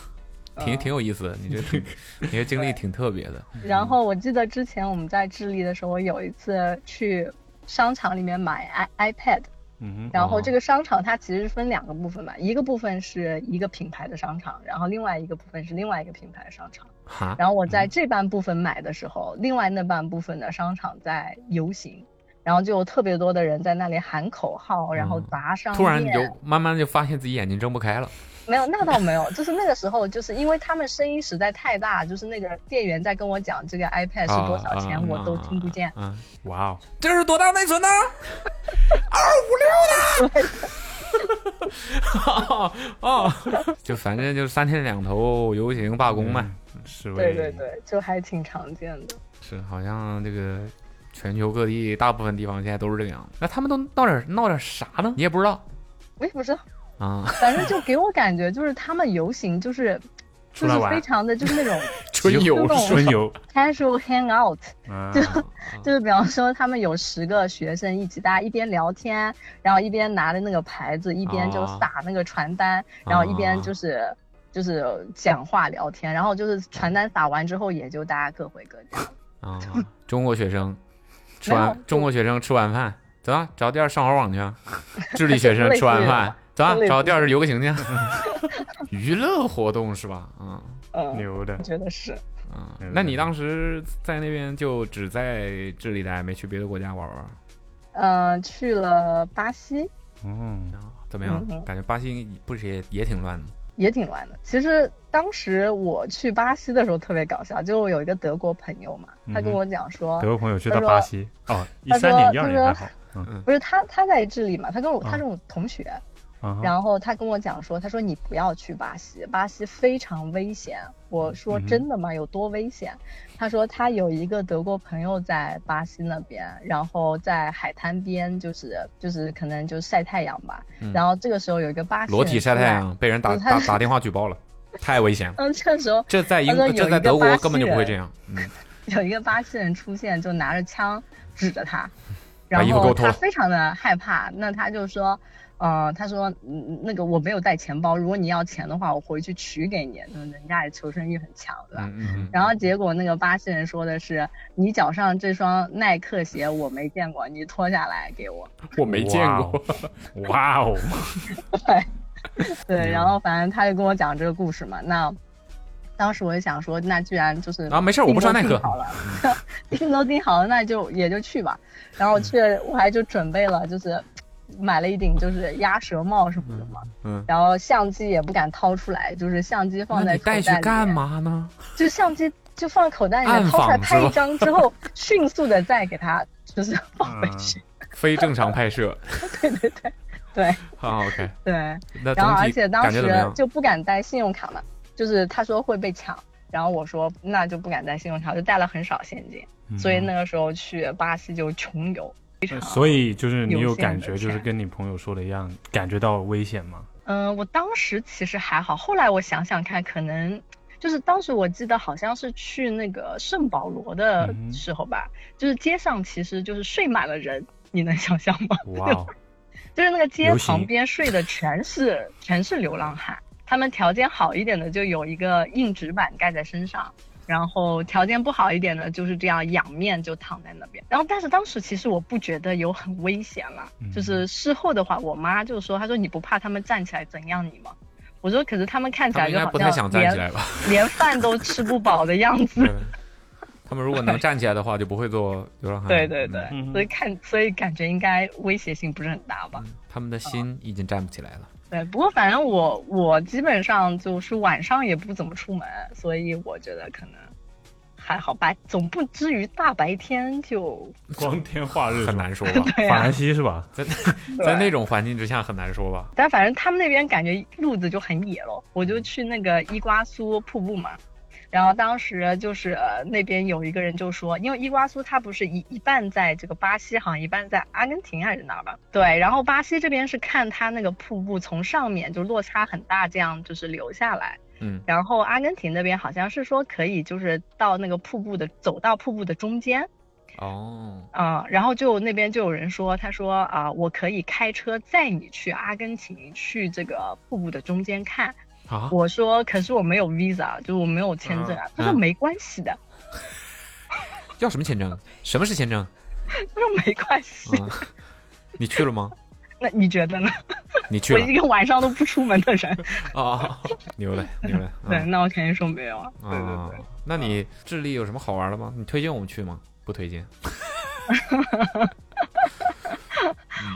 挺嗯挺有意思的，你这 挺你这经历挺特别的。然后我记得之前我们在智利的时候，有一次去商场里面买 i iPad，嗯然后哦这个商场它其实是分两个部分嘛，一个部分是一个品牌的商场，然后另外一个部分是另外一个品牌的商场。哈，然后我嗯在这半部分买的时候，另外那半部分的商场在游行，然后就有特别多的人在那里喊口号，然后嗯砸商突然你店就慢慢就发现自己眼睛睁不开了。没有，那倒没有，就是那个时候，就是因为他们声音实在太大，就是那个店员在跟我讲这个 iPad 是多少钱，我都听不见。啊，哼，哇哦，这是多大内存呢？二五六的。 哦哦，就反正就是三天两头游行罢工嗯嘛，是对为对对，就还挺常见的。是好像这个全球各地大部分地方现在都是这个样子。那他们都闹点闹点啥呢？你也不知道我也不知道，啊？反正就给我感觉就是他们游行就是出就来是玩非常的就是那种春游游是春游 casual hangout， 啊，就是比方说他们有十个学生一起，大家一边聊天，然后一边拿着那个牌子，一边就哦啊撒那个传单，然后一边就是。就是讲话聊天，然后就是传单撒完之后，也就大家各回各 家。 啊！中国学生吃没有完就中国学生吃完饭，走啊，找地儿上会儿网去啊。 智利学生吃完饭，走啊类似，于找地儿游个行 去啊。娱乐活动是吧？嗯嗯，牛的我，觉得是。嗯嗯。那你当时在那边就只在智利待，没去别的国家玩啊玩？呃，去了巴西嗯，怎么样嗯嗯？啊感觉巴西不是也也挺乱的吗？也挺乱的。其实当时我去巴西的时候特别搞笑，就有一个德国朋友嘛，他跟嗯哼我讲说，德国朋友去他到说巴西哦，一他三说年一二他年还说好，嗯不是他他在智利嘛，他跟我啊他是我同学，啊哈，然后他跟我讲说，他说你不要去巴西，巴西非常危险。我说嗯哼真的吗？有多危险？他说他有一个德国朋友在巴西那边，然后在海滩边，就是就是可能就晒太阳吧。嗯然后这个时候有一个巴西人裸体晒太出来，阳被人打嗯打打电话举报了，太危险了。嗯，这个时候这在英他说有这在一个德国巴西根本就不会人这样。嗯， 有一个巴西人出现，就拿着枪指着 他，把然衣服给我后脱了他非常的害怕，那他就说，呃，他说，嗯，那个我没有带钱包，如果你要钱的话，我回去取给你。那人家也求生欲很强，对吧？嗯嗯嗯。然后结果那个巴西人说的是，你脚上这双耐克鞋我没见过，你脱下来给我。我没见过，哇 哦，嗯对，然后反正他就跟我讲这个故事嘛，那。当时我就想说，那居然就是啊没事儿我不上耐克定都定好了， 定都定好了，那就也就去吧。然后我去，我还就准备了，就是买了一顶就是鸭舌帽什么的嘛。嗯嗯然后相机也不敢掏出来，就是相机放那在你口袋带里去面。干嘛呢？就相机就放口袋里暗面，掏出来访拍是吧嗯一张之后，迅速的再给它就是放回去。非正常拍摄 对对对对啊，OK，对。那然后总而体且当感觉时怎么样？就不敢带信用卡嘛，就是他说会被抢，然后我说那就不敢带信用卡，就带了很少现金，嗯所以那个时候去巴西就穷游。嗯，所以就是你有有限感的觉，就是钱跟你朋友说的一样，感觉到危险吗？嗯，我当时其实还好，后来我想想看，可能就是当时我记得好像是去那个圣保罗的嗯哼时候吧，就是街上其实就是睡满了人，你能想象吗？哇哦，就是那个街游旁行边睡的全是全是流浪汉，他们条件好一点的就有一个硬纸板盖在身上，然后条件不好一点的就是这样仰面就躺在那边。然后但是当时其实我不觉得有很危险啦，嗯就是事后的话，我妈就说，她说你不怕他们站起来怎样你吗？我说可是他们看起他来们应就该好不太想像站起连来 吧？连饭都吃不饱的样 子。对他们如果能站起来的话，就不会做流浪汉。对对对，嗯所以看，所以感觉应该威胁性不是很大吧？嗯，他哦们的心已经站不起来了。对，不过反正我我基本上就是晚上也不怎么出门，所以我觉得可能还好吧，总不至于大白天就光天化日很是吧难说吧， 对法啊兰。西是吧？在 对在那种环境之下很难说吧。但反正他们那边感觉路子就很野咯。我就去那个伊瓜苏瀑布嘛，然后当时就是、呃、那边有一个人就说，因为伊瓜苏它不是一一半在这个巴西，好像一半在阿根廷还是哪儿吧？对，然后巴西这边是看它那个瀑布从上面就落差很大，这样就是流下来。 嗯然后阿根廷那边好像是说可以，就是到那个瀑布的走到瀑布的中间，哦，啊、然后就那边就有人说，他说啊、我可以开车载你去阿根廷，去这个瀑布的中间看。啊，我说，可是我没有 visa，就是我没有签证啊。他说嗯没关系的，要什么签证？什么是签证？他说没关系。啊，你去了吗？那你觉得呢？你去我了一个晚上都不出门的人，啊？牛嘞，牛嘞！ 对，那我肯定说没有啊。对对啊对，，那你智利有什么好玩的吗？你推荐我们去吗？不推荐。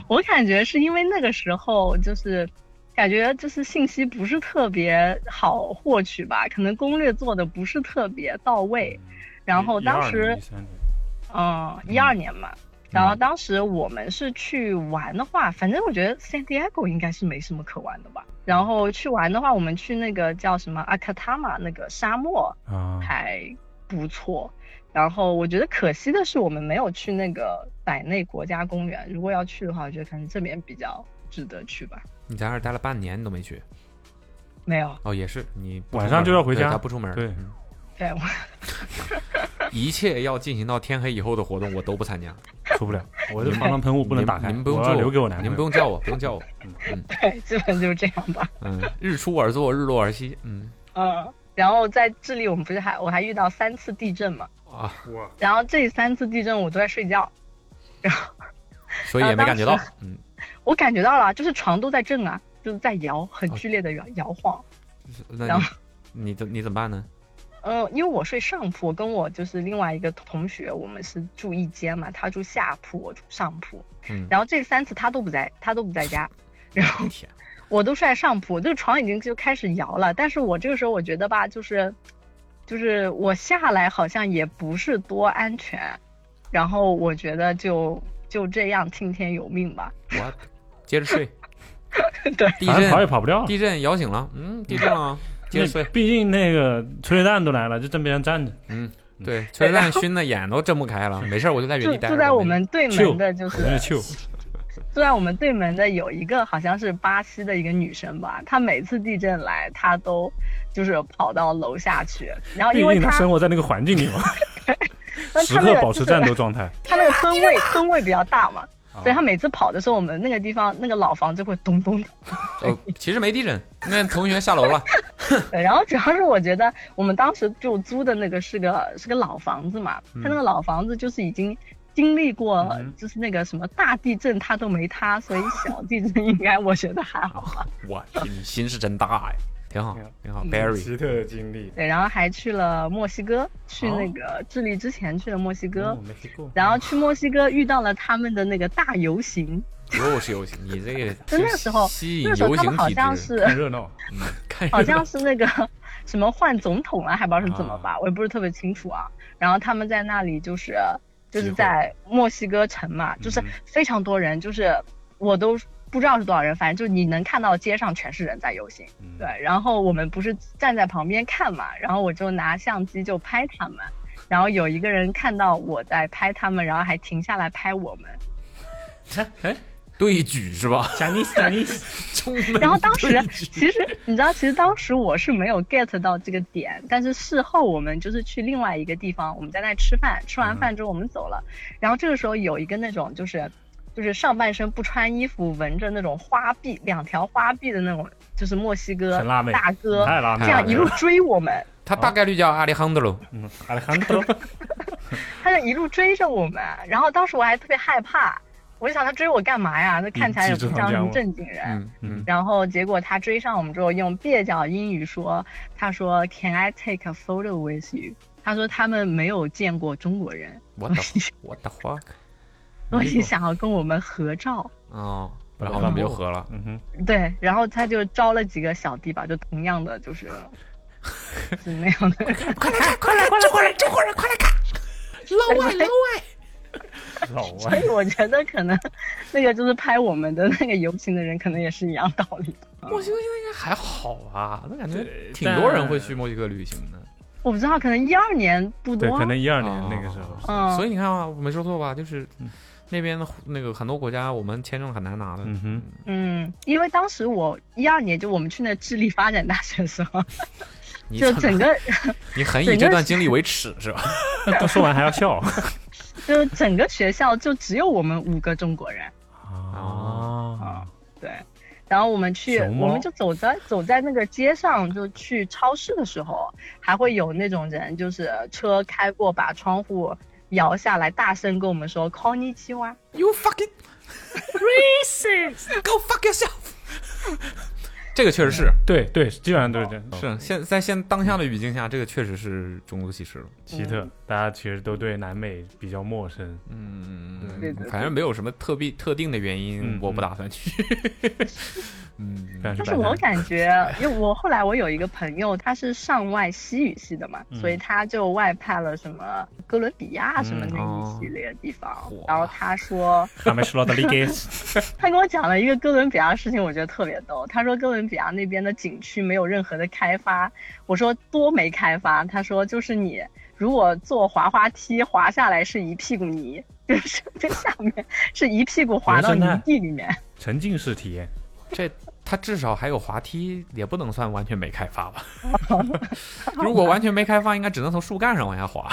我感觉是因为那个时候就是。感觉就是信息不是特别好获取吧，可能攻略做的不是特别到位。然后当时12年嗯，一二年嘛。然后当时我们是去玩的话，反正我觉得 San Diego 应该是没什么可玩的吧。然后去玩的话，我们去那个叫什么阿卡塔玛那个沙漠啊，还不错。然后我觉得可惜的是，我们没有去那个百内国家公园。如果要去的话，我觉得可能这边比较值得去吧。你在那儿待了半年，你都没去没有，哦，也是你不出晚上就要回门家对他不出门，对嗯对我 一切要进行到天黑以后的活动我都不参加，受 不了，我这你们防狼喷雾不能你们打开，你们不用我要叫留给我男朋你们不友。用叫我，不 用叫我，对，基本就是这样吧。嗯，日出而作，日落而息，嗯嗯，然后在智利，我们不是还我还遇到三次地震嘛？啊，然后这三次地震我都在睡觉，所以也没感觉到啊当，嗯，我感觉到了，就是床都在震啊，就是在摇，很哦剧烈的摇摇晃。那然你你怎你怎么办呢？嗯，因为我睡上铺，我跟我就是另外一个同学，我们是住一间嘛，他住下铺，我住上铺。嗯，然后这三次他都不在，他都不在家，然后天，我都睡在上铺，这个床已经就开始摇了。但是我这个时候我觉得吧，就是，就是我下来好像也不是多安全，然后我觉得就就这样听天由命吧。我接着睡， 对，地反正跑也震跑不掉了。地震摇醒了，嗯，地震了，接着睡那，毕竟那个催泪弹都来了，就正边上站着。嗯， 对，催泪弹熏的眼都睁不开了，没事儿我就在原住地待着住吧。在我们对就门的，就是我在去，住在我们对门的有一个好像是巴西的一个女生吧，她每次地震来，她都就是跑到楼下去，然后毕啊因为竟他她生活在那个环境里 嘛，那时她那刻个保持战斗状态。她那个吨位吨位比较大嘛，啊所以她每次跑的时候，我们那个地方那个老房子会咚咚的。哦，其实没地震，那同学下楼了，对，然后主要是我觉得我们当时就租的那个是个是个老房子嘛，它那个老房子就是已经。经历过就是那个什么大地震，它都没塌，所以小地震应该我觉得还好。哇，你心是真大呀，挺好，挺好嗯，Barry，特的经历，对，然后还去了墨西哥，去哦那个智利之前去了墨西哥，没去过。然后去墨西哥遇到了他们的那个大游行，又是游行，你这个就 那时候吸引那时候游他行们好体像 质，是 看热闹，嗯看好热闹像是那个 什么换总统啊，还不知道是怎么吧，我也不是特别清楚啊。然后他们在那里就是就是聚会在墨西哥城嘛，就是嗯非常多人，就是我都不知道是多少人，反正就你能看到街上全是人在游行。嗯对，然后我们不是站在旁边看嘛，然后我就拿相机就拍他们，然后有一个人看到我在拍他们，然后还停下来拍我们，哎 对举是 哦吧？贾尼斯，贾尼斯，中门然后当时对举 其实你知道，其实当时我是没有 get 到这个点，但是事后我们就是去另外一个地方，我们在那吃饭，吃完嗯饭之后我们走了，然后这个时候有一个那种就是就是上半身不穿衣服，纹着那种花臂，两条花臂的那种，就是墨西哥很辣妹大 哥，太辣妹这了，哎样一路追我们，他大概率叫阿里亨德鲁，嗯， 阿里汉多，他就一路追着我们，然后当时我还特别害怕。我就想他追我干嘛呀？那看起来也不像嗯记住他们什家么伙正经人。嗯嗯然后结果他追上我们之后，用蹩脚英语说：“他说 Can I take a photo with you？” 他说他们没有见过中国人， ，what the what the fuck，所以想要跟我们合照。哦，然后我们就合了，嗯哼，对，然后他就招了几个小弟吧，就同样的 就是是那样的。快来快来快来快来中国人中国人快来看，老外老外。老啊 所外以我觉得可能那个就是拍我们的那个游行的人，可能也是一样道理。墨西哥应该还好吧？那感觉对挺多人会去墨西哥旅行的，我不知道，可能一二年不对，多可。能一二年那个时候，嗯所以你看啊，我没说错吧？就是那边的那个很多国家，我们签证很难拿的。嗯哼，嗯，因为当时我一二年就我们去那智利发展大学的时候，你就整个你很以整个这段经历为耻是吧？ 那说完还要 笑就整个学校就只有我们五个中国人。哦啊，对，然后我们去，熊猫我们就走在走在那个街上，就去超市的时候，还会有那种人，就是车开过，把窗户摇下来，大声跟我们说 “call 你青蛙 You fucking racist! Go fuck yourself! 这个确实是，对对，基本上都是这样，是现在现当下的语境下，这个确实是种族歧视了。奇特，大家其实都对南美比较陌生，嗯对对，反正没有什么特必特定的原因嗯，我不打算去。 嗯，但”。是但是我感觉， 因为我后来我有一个朋友，他是上外西语系的嘛，嗯所以他就外派了什么哥伦比亚嗯什么那一系列地方。啊哦然后他说，他们是罗德里 格斯，他跟我讲了一个哥伦比亚的事情，我觉得特别逗。他说哥伦比亚那边的景区没有任何的开发，我说多没开发。他说就是你如果坐滑滑梯滑下来是一屁股泥，就是在下面是一屁股滑到泥地里面。沉浸式体验，这它至少还有滑梯，也不能算完全没开发 吧？如果完全没开发，应该只能从树干上往下 滑。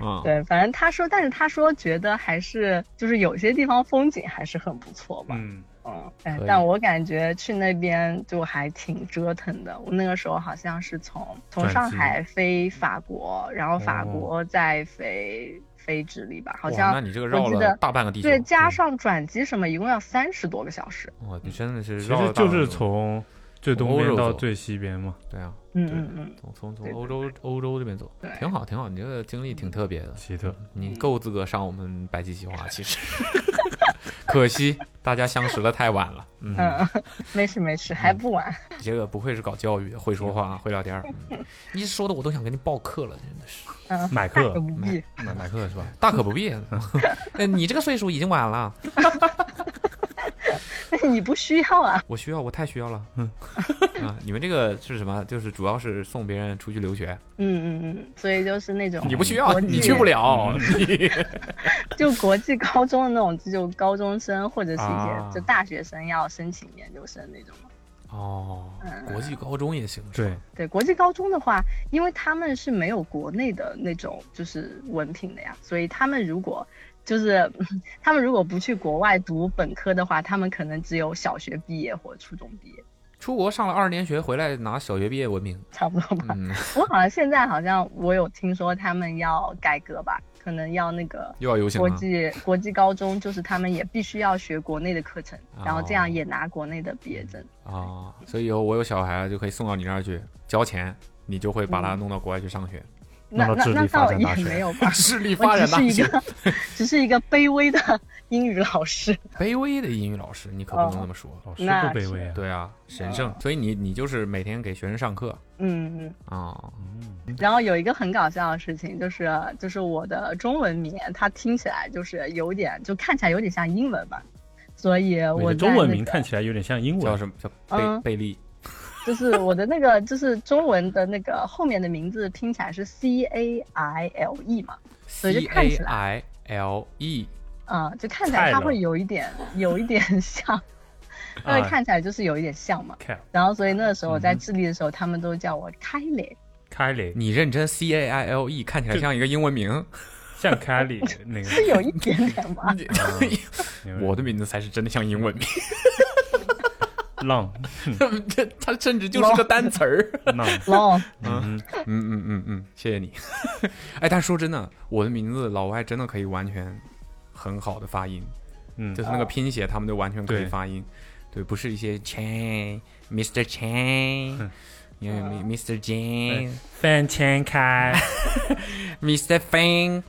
嗯，对，反正他说，但是他说觉得还是就是有些地方风景还是很不错吧。嗯，嗯，哎可以但我感觉去那边就还挺折腾的。我那个时候好像是从从转上机海飞法国，然后法哦国再飞、飞智利吧，好哇像那你嗯这个绕我记了得大半个地球，嗯对，加上转机什么，一共要三十多个小时。哇，你真的是其绕了实大就半个是地球从最东边到最西边嘛，对啊，嗯嗯嗯，从从从对对欧洲欧洲这边走，对嗯挺好挺好，你这个经历挺特别的，奇特，你够资格上我们白鸡计 划，其实，可惜大家相识的太晚 了，嗯，嗯，没事没事，还不晚。你这个不愧是搞教育的，会说话，会聊天 儿，嗯你说的我都想给你报课了，真的是。嗯，买大课 可不必。买买课是吧？嗯大可不必。呃，你这个岁数已经晚 了， 你不需要啊。我需要，我太需要了。嗯， 啊，你们这个是什么？就是主要是送别人出去留学，嗯嗯嗯，所以就是那种你不需要，国你际去不了。嗯 嗯就国际高中的那种，就高中生或者是一啊些就大学生要申请研究生那种。哦，嗯国际高中也行，是对吧，对，国际高中的话，因为他们是没有国内的那种就是文凭的呀，所以他们如果就是 他们如果不去国外读本科的话，他们可能只有小学毕业或初中毕业，出国上了二年学，回来拿小学毕业文 凭。差不多吧。嗯，我好像现在好像我有听说他们要改革吧，可能要那个又要游行国了。际国际高中，就是他们也必须要学国内的课程，然后这哦样也拿国内的毕业证。哦，所以以后我有小孩就可以送到你那儿去，交钱，你就会把嗯他弄到国外去上学。，那弄到那智力那发倒展也大学没有吧 智力我发展大只是一学，个只是一个卑微的英语老师。卑微的英语老师，你可不哦能这么说。老师那不卑微啊，对啊，神哦圣。所以你你就是每天给学生上课嗯嗯。啊。嗯然后有一个很搞笑的事情，就是就是我的中文名，它听起来就是有点，就看起来有点像英文吧，所以你我的在中文名那个看起来有点像英叫文，什么叫贝嗯贝利？就是我的那个就是中文的那个后面的名字拼起来是 C A I L E 嘛，所 C 以就看 A 起 I L E，啊、就看起来它泰勒会有一点有一点 像，它会啊看起来就是有一点像嘛。凯然后所以那个时候我嗯在智利的时候，他们都叫我开磊，凯里，你认真 C A I L E 看起来像一个英文 名， 嗯像凯里那个，是有一点点 吧。我的名字才是真的像英文名，浪嗯这 它甚至就是个单词儿。 浪，龙，嗯哼，嗯嗯嗯嗯，谢谢你。 哎，但说真的，我的名字老外真的可以完全很好的发音，嗯就是那个拼写，他们就完全可以对发音。对，不是一些 Chan、Mr. Chan，因为 Mr. Jane、嗯饭前开 Mr. Fan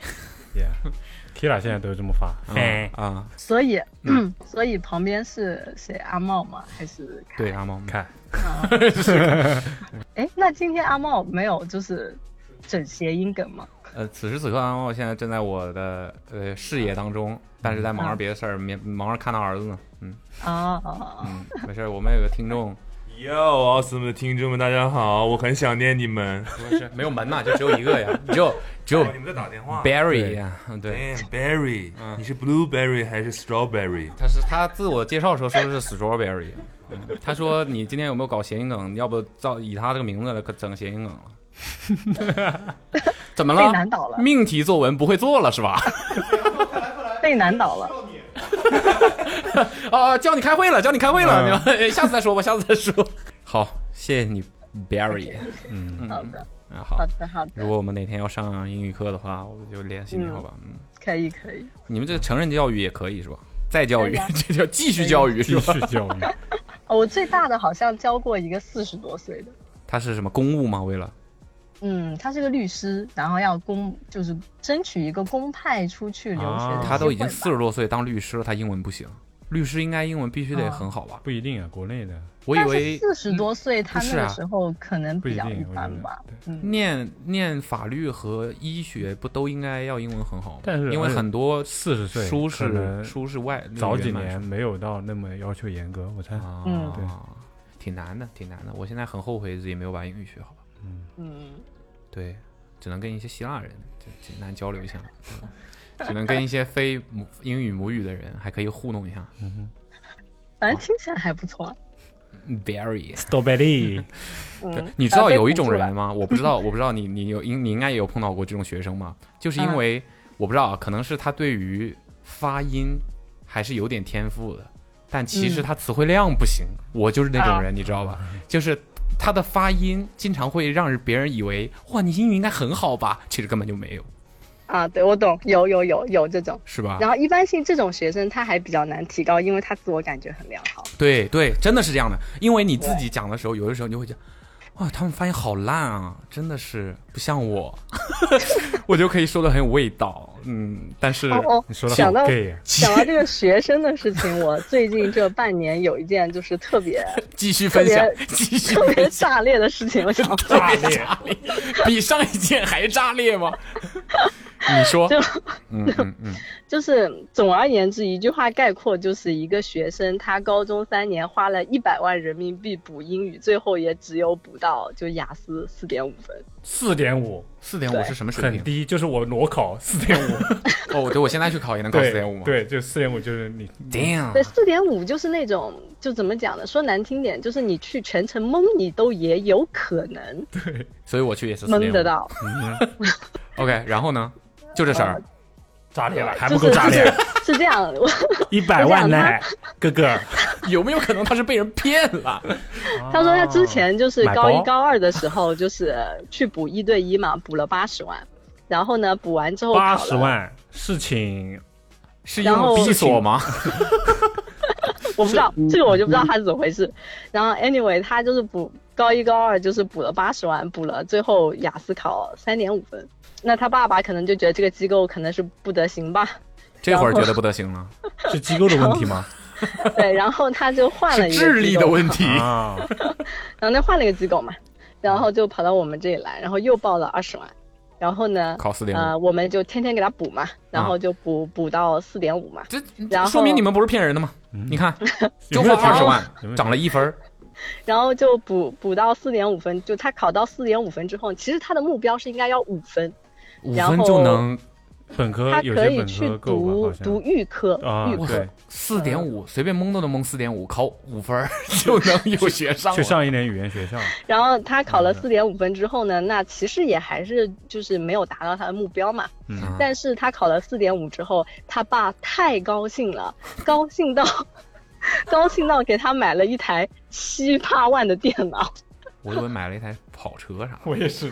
，Kira 现在都这么发，饭啊啊，所以， 所以旁边是谁？阿茂吗？还是凯对，？阿猫咪 开，哎，那今天阿茂没有就是整谐音梗吗？呃，此时此刻，阿猫现在正在我的呃视野当中，但是在忙着别的事儿，没忙着看他儿子呢。嗯啊、哦，嗯， 没事儿，我们有个听众，哟，奥斯们的听众们，大家好，我很想念你们。不 是没有门呐，就只有一个呀，只有只有哦你们在打电话哎 Barry 呀，嗯对。 Damn, Berry，、你是 Blueberry 还是 Strawberry？他是他自我介绍的时候说的是 strawberry，、嗯、他说你今天有没有搞谐音梗？要不照以他这个名字来可整谐音梗了。怎么被了？ 难倒了，命题作文不会做了是吧？ 被难倒了。哦，叫你开会了，叫你开会了，你们 哎下次再说吧，下次再说。 好，谢谢你，Barry。嗯好嗯的，嗯，好好。的，好如的，果我们哪天要上英语课的话，我们就联系你好吧？嗯，可以，可以。你们这个成人教育也可以是吧？再教育可以啊， 这叫继续教育是继吧？续教育，哦，我最大的好像教过一个四十多岁的，他是什么公务吗？为了嗯，他是个律师，然后要公就是争取一个公派出去留学的啊机会吧、他都已经四十多岁当律师了，他英文不行。律师应该英文必须得很好吧？不一定啊，国内的我以为嗯四十多岁，他嗯不那是啊个时候可能不一比较定一我觉般得吧。嗯，念念法律和医学不都应该要英文很好吗？但是因为很多40岁书可是能书是外早几原版年书没有到那么要求严格，我猜。啊，嗯对挺难的，挺难的。我现在很后悔自己没有把英语学好，嗯，啊对，只能跟一些希腊人就简单交流一下， 对只能跟一些非母英语母语的人还可以互动一下。反正听起来还不错啊。 Very， Strawberry，嗯，你知道啊被有一控种制了人吗？我不知道，我不知道你你有应你应该也有碰到过这种学生吗？就是因嗯为我不知道啊，可能是他对于发音还是有点天赋的，但其实嗯他词汇量不行。我就是那种啊人，你知道吧？就是他的发音经常会让别人以为哇，你英语应该很好吧？其实根本就没有，啊，对，我懂，有有有有这种。是啊吧然？后一般性这种学生他还比较难提高，因为他自我感觉很良好。对对，真的是这样的。因为你自己讲的时候，有的时候你就会讲，哇，他们发音好烂啊，真的是不像我， 我就可以说的很有味道。嗯，但是哦哦，你说的想好到 gay 啊讲到这个学生的事情，我最近这半年有一件就是特别 继续分享，继续特别分享，炸裂的事情，我想说炸裂，比上一件还炸裂吗？ 你说，嗯嗯嗯，就是总而言之，一句话概括就是一个学生，他高中三年花了一百万人民币补英语，最后也只有补到就雅思四点五分。 四点五四点五对是什么水很平？低，就是我裸考四点五，哦，对，我现在去考也能考四点五对对，吗？就四点五就是你对， ，damn，四点五就是那种就怎么讲呢？说难听点，就是你去全程蒙你都也有可能所以我去也是四蒙点得五。到。 OK，然后呢？就这事儿，炸裂了，还就不是够炸裂， 是这样，我一百万呢，哥哥，嗯有没有可能他是被人骗 了？他说他之前就是买高一包高二的时候，就是去补一对一嘛，补了八十万。然后呢，补完之后八考十了万是请是因然后为逼所吗？我不知道这个，我就不知道他是怎么回事。然后 anyway，他就是补高一高二就是补了八十万，补了最后雅思考三点五分。那他爸爸可能就觉得这个机构可能是不得行吧，这会儿觉得不得行了， 是机构的问题吗？ 对，然后他就换了是一个智力机构的问，题。啊，然后他换了一个机构嘛，然后就跑到我们这里来，然后又报了二十万，然后呢，考四点呃，五，我们就天天给他补嘛，然嗯后就补、补到四点五嘛，这然这后说明你们不是骗人的吗？嗯你看，就有没有花二听说有十没万，有涨了一分儿。然后就补补到四点五分，就他考到四点五分之后，其实他的目标是应该要五分，五然分后就能本科他呃有可些以本去科够吧？读好像读预科，啊预，科对，四点五，随便蒙都能蒙四点五，考五分儿 就能有学上了。去上一年语言学校，然后他考嗯了四点五分之后呢，那其实也还是就是没有达到他的目标嘛。嗯但是他考了四点五之后，他爸太高兴了， 高兴到高兴到给他买了一台七八万的电脑。我以为买了一台跑车啥的，我也是，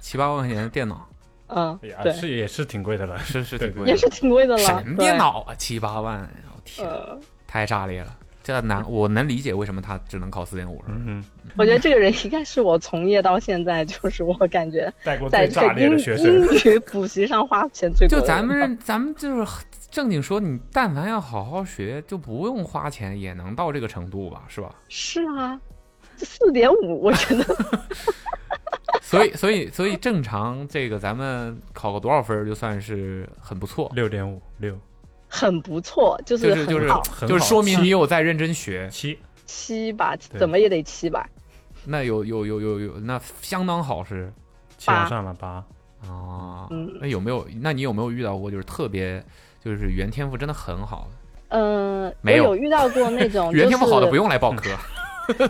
七八万块钱的电脑，嗯，也哎对，哎是也是挺贵的了，是是挺贵也的是。挺贵的了。什么对电？脑啊，七八万！我天，呃，太炸裂了！这难，我能理解为什么他只能考四点五分。嗯，我觉得这个人应该是我从业到现在，就是我感觉带过在最这炸个裂英的学生，英语补习上花钱最 多就的人了。啊咱们认咱们就是正经说，你但凡要好好学，就不用花钱也能到这个程度吧，是吧？ 是啊，四点五，我觉得所以所以所以正常这个咱们考个多少分儿就算是很不错，六点五六很不错，就就是是很就是好很好就是说明你有在认真学。七，七吧，对怎么也得七吧。那有有有有有，那相当好是七八往上了八，啊。嗯那有没有？那你有没有遇到过就是特别就是原天赋真的很好的，嗯，我没有有遇到过 那种原天赋好的不用。用来报科？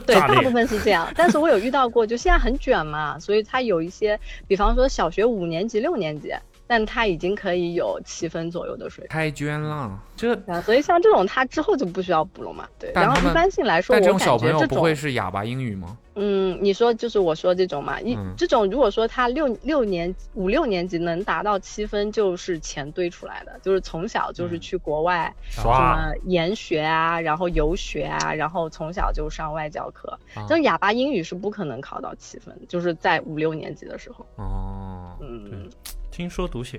对，炸裂大部分是这 样。但是我有遇到过，就现在很卷嘛，所以他有一些，比方说小学五年级、六年级，但他已经可以有七分左右的水开捐了，这平了。所以像这种，他之后就不需要补了嘛。对，但然后他们一般性来说，但我这种感觉小朋友这不会种，是哑巴英语吗？嗯，你说就是我说这种嘛，一、嗯这种如果说他六六年五六年级能达到七分，就是钱堆出来的，就是从小嗯就是去国外。什刷么研学啊，然后游学啊，然后从小就上外教课啊。就哑巴英语是不可能考到七分，就是在五六年级的时候。哦，嗯，听说读写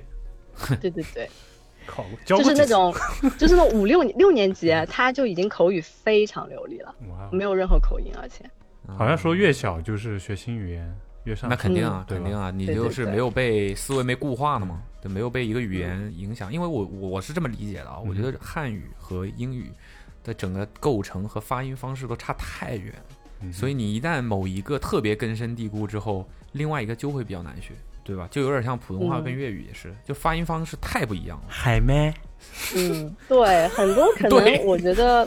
对对对，考过，教就过是几那次种，就是那种五六六年级他就已经口语非常流利了，哇哦，没有任何口音，而且嗯好像说越小就是学新语言，越上那肯定啊嗯，对肯吧定啊，你对对就是对没有被思维没固化的嘛，就没有被一个语言影响。因为我我我是这么理解的啊，我觉得汉语和英语的整个构成和发音方式都差太远，嗯所以你一旦某一个特别根深蒂固之后，另外一个就会比较难学，对吧？就有点像普通话跟嗯粤语也是，就发音方式太不一样了。海咩嗯，对，很多可对能我觉得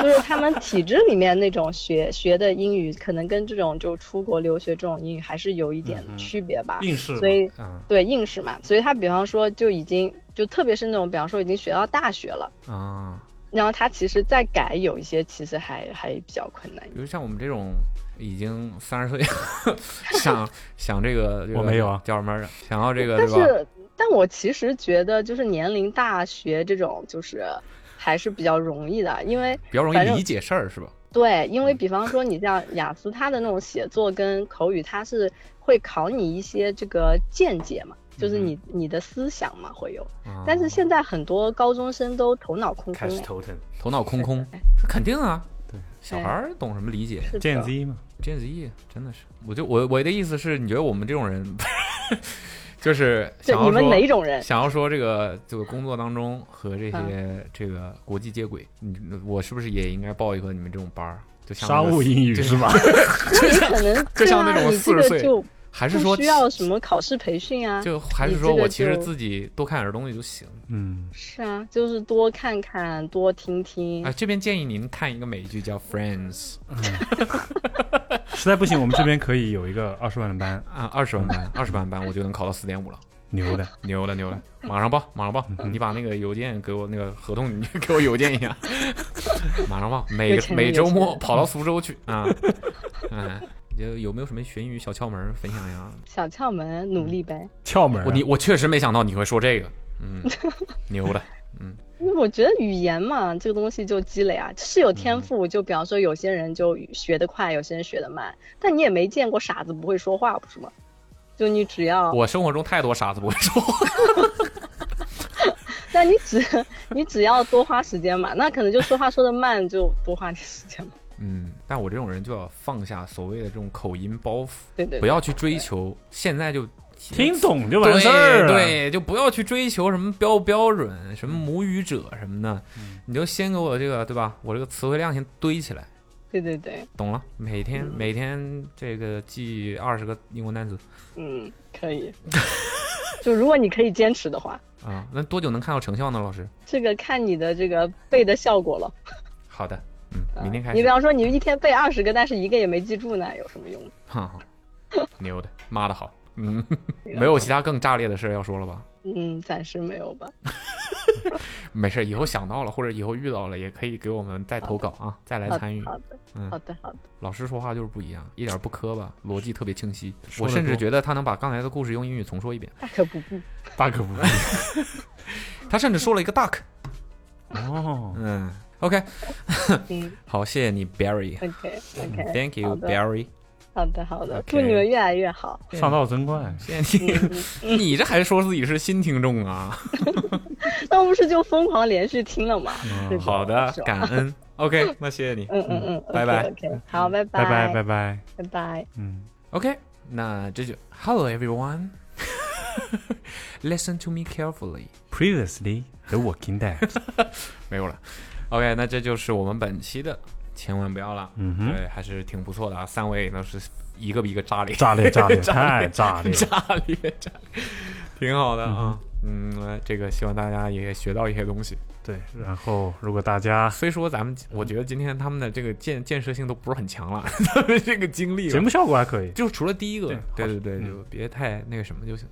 就是他们体制里面那种学学的英语，可能跟这种就出国留学这种英语还是有一点嗯嗯区别吧。应试嘛，所以嗯，对应试嘛，所以他比方说就已经就特别是那种比方说已经学到大学了，啊，然后他其实再改有一些其实还还比较困难。比如像我们这种已经三十岁，想想这个，这个我没有啊叫什么？想要这个，但对吧？是但我其实觉得就是年龄大学这种就是还是比较容易的，因为比较容易反正理解事儿，是吧？对，因为比方说你像雅思，它的那种写作跟口语，它是会考你一些这个见解嗯嘛，就是你你的思想嘛会有。啊但是现在很多高中生都头脑空哎哦开空始嘞，头疼，头脑空 空，这肯定啊。对，小孩儿懂什么理解是的见 Z 嘛， ？Gen Z 真的是，我就我我的意思是，你觉得我们这种人， 就是就想要你们哪说 种人？想要说这个这个工作当中和这嗯些这个国际接轨，你我是不是也应该报一个你们这种班儿？就像那商个务英语就是 吧？那你可能就对像那啊，种你这40岁个就还是说不需要什么考试培训啊。就还是你说这个我其实就自己多看点东西就行。嗯，是啊，就是多看看，多听听啊，。这边建议您看一个美剧叫《Friends》实在不行，我们这边可以有一个二十万的班，啊，二十万班，二十万班我就能考到四点五了，牛的，牛了牛了，马上报马上报，你把那个邮件给我那个合同，你 给我邮件一下，马上报，每有钱每人周有末钱跑到苏州去啊，嗯。就有没有什么学英语小窍门儿分享呀？小窍门，努嗯力呗。窍门啊我你我确实没想到你会说这个，嗯，牛的，因为我觉得语言嘛，这个东西就积累啊，是有嗯天赋。就比方说，有些人就学得快，有些人学得慢，但你也没见过傻子不会说话，不是吗？就你只要，我生活中太多傻子不会说话， 但你只你只要多花时间嘛，那可能就说话说得慢，就多花点时间嘛。嗯，但我这种人就要放下所谓的这种口音包袱，对对不要去追求，现在就听懂就完事儿啊了，对，对，就不要去追求什么标标准、什么母语者什么的，嗯你就先给我这个，对吧？我这个词汇量先堆起来，对对对，懂了？每天嗯每天这个记二十个英文单词嗯，可以。 就如果你可以坚持的话，啊，那多久能看到成效呢？老师？这个看你的这个背的效果了。好的，嗯，明天开呃你比始，方说你一天背二十个，但是一个也没记住呢，有什么用？ 哈哈，牛的，妈的好，嗯，没有其他更炸裂的事儿要说了吧？嗯，暂时没有吧。没事，以后想到了或者以后遇到了，也可以给我们再投稿啊，再来好参的与。好的，嗯好的，好的。老师说话就是不一样，一点不磕巴，逻辑特别清晰。说我得甚至多觉得他能把刚才的故事用英语重说一遍。大可不必。大可不必。他甚至说了一个 duck，哦，嗯，OK，嗯 好，谢谢你 Barry，Thank ，OK OK， you 好的 Barry，好的好的嗯 OK 祝你们越来越好。上道真快，嗯谢谢你， 你这还说自己是新听众啊？那不是就疯狂连续听了吗？嗯对嗯吧好的是，吧感恩，OK，那 谢谢你嗯嗯嗯，拜拜 OK，好，拜拜拜拜拜拜，拜拜。嗯。 ，OK，那这就 Hello everyone，Listen to me carefully。 Previously, The Walking Dead。没有了。OK，那这就是我们本期的，千万不要了。嗯哼对，还是挺不错的啊，三位那是一个比一个炸裂， 炸裂炸裂炸裂太炸裂了炸裂，炸裂， 挺好的啊。嗯，呃这个希望大家也学到一些东西。对，然后如果大家虽说咱们，我觉得今天他们的这个建建设性都不是很强了， 他们这个经历吧啊节目效果还可以，就除了第一个，对对嗯对对，就别太那个什么就行。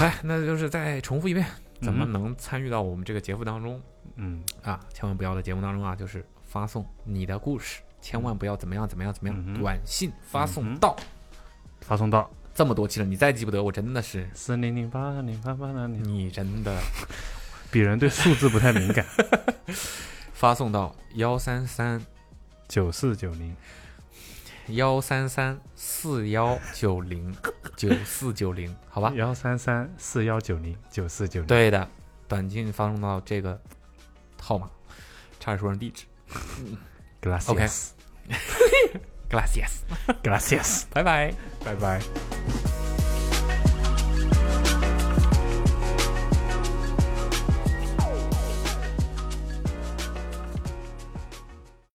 哎，那就是再重复一遍，怎么嗯能参与到我们这个节目当中？嗯啊，千万不要在节目当中啊，就是发送你的故事，千万不要怎么样怎么样怎么样，嗯哼短信发送嗯哼到、发送到这么多期了，你再记不得，我真的是，四零零八零八八零零，你真的鄙人对数字不太敏感，发送到幺三三九四九零幺三三四幺九零九四九零，好吧？幺三三四幺九零九四九零，，啊对的，短信发送到这个号码，差点说成地址。 g l a c i a s Gracias， g l a c i a s 拜拜。拜拜。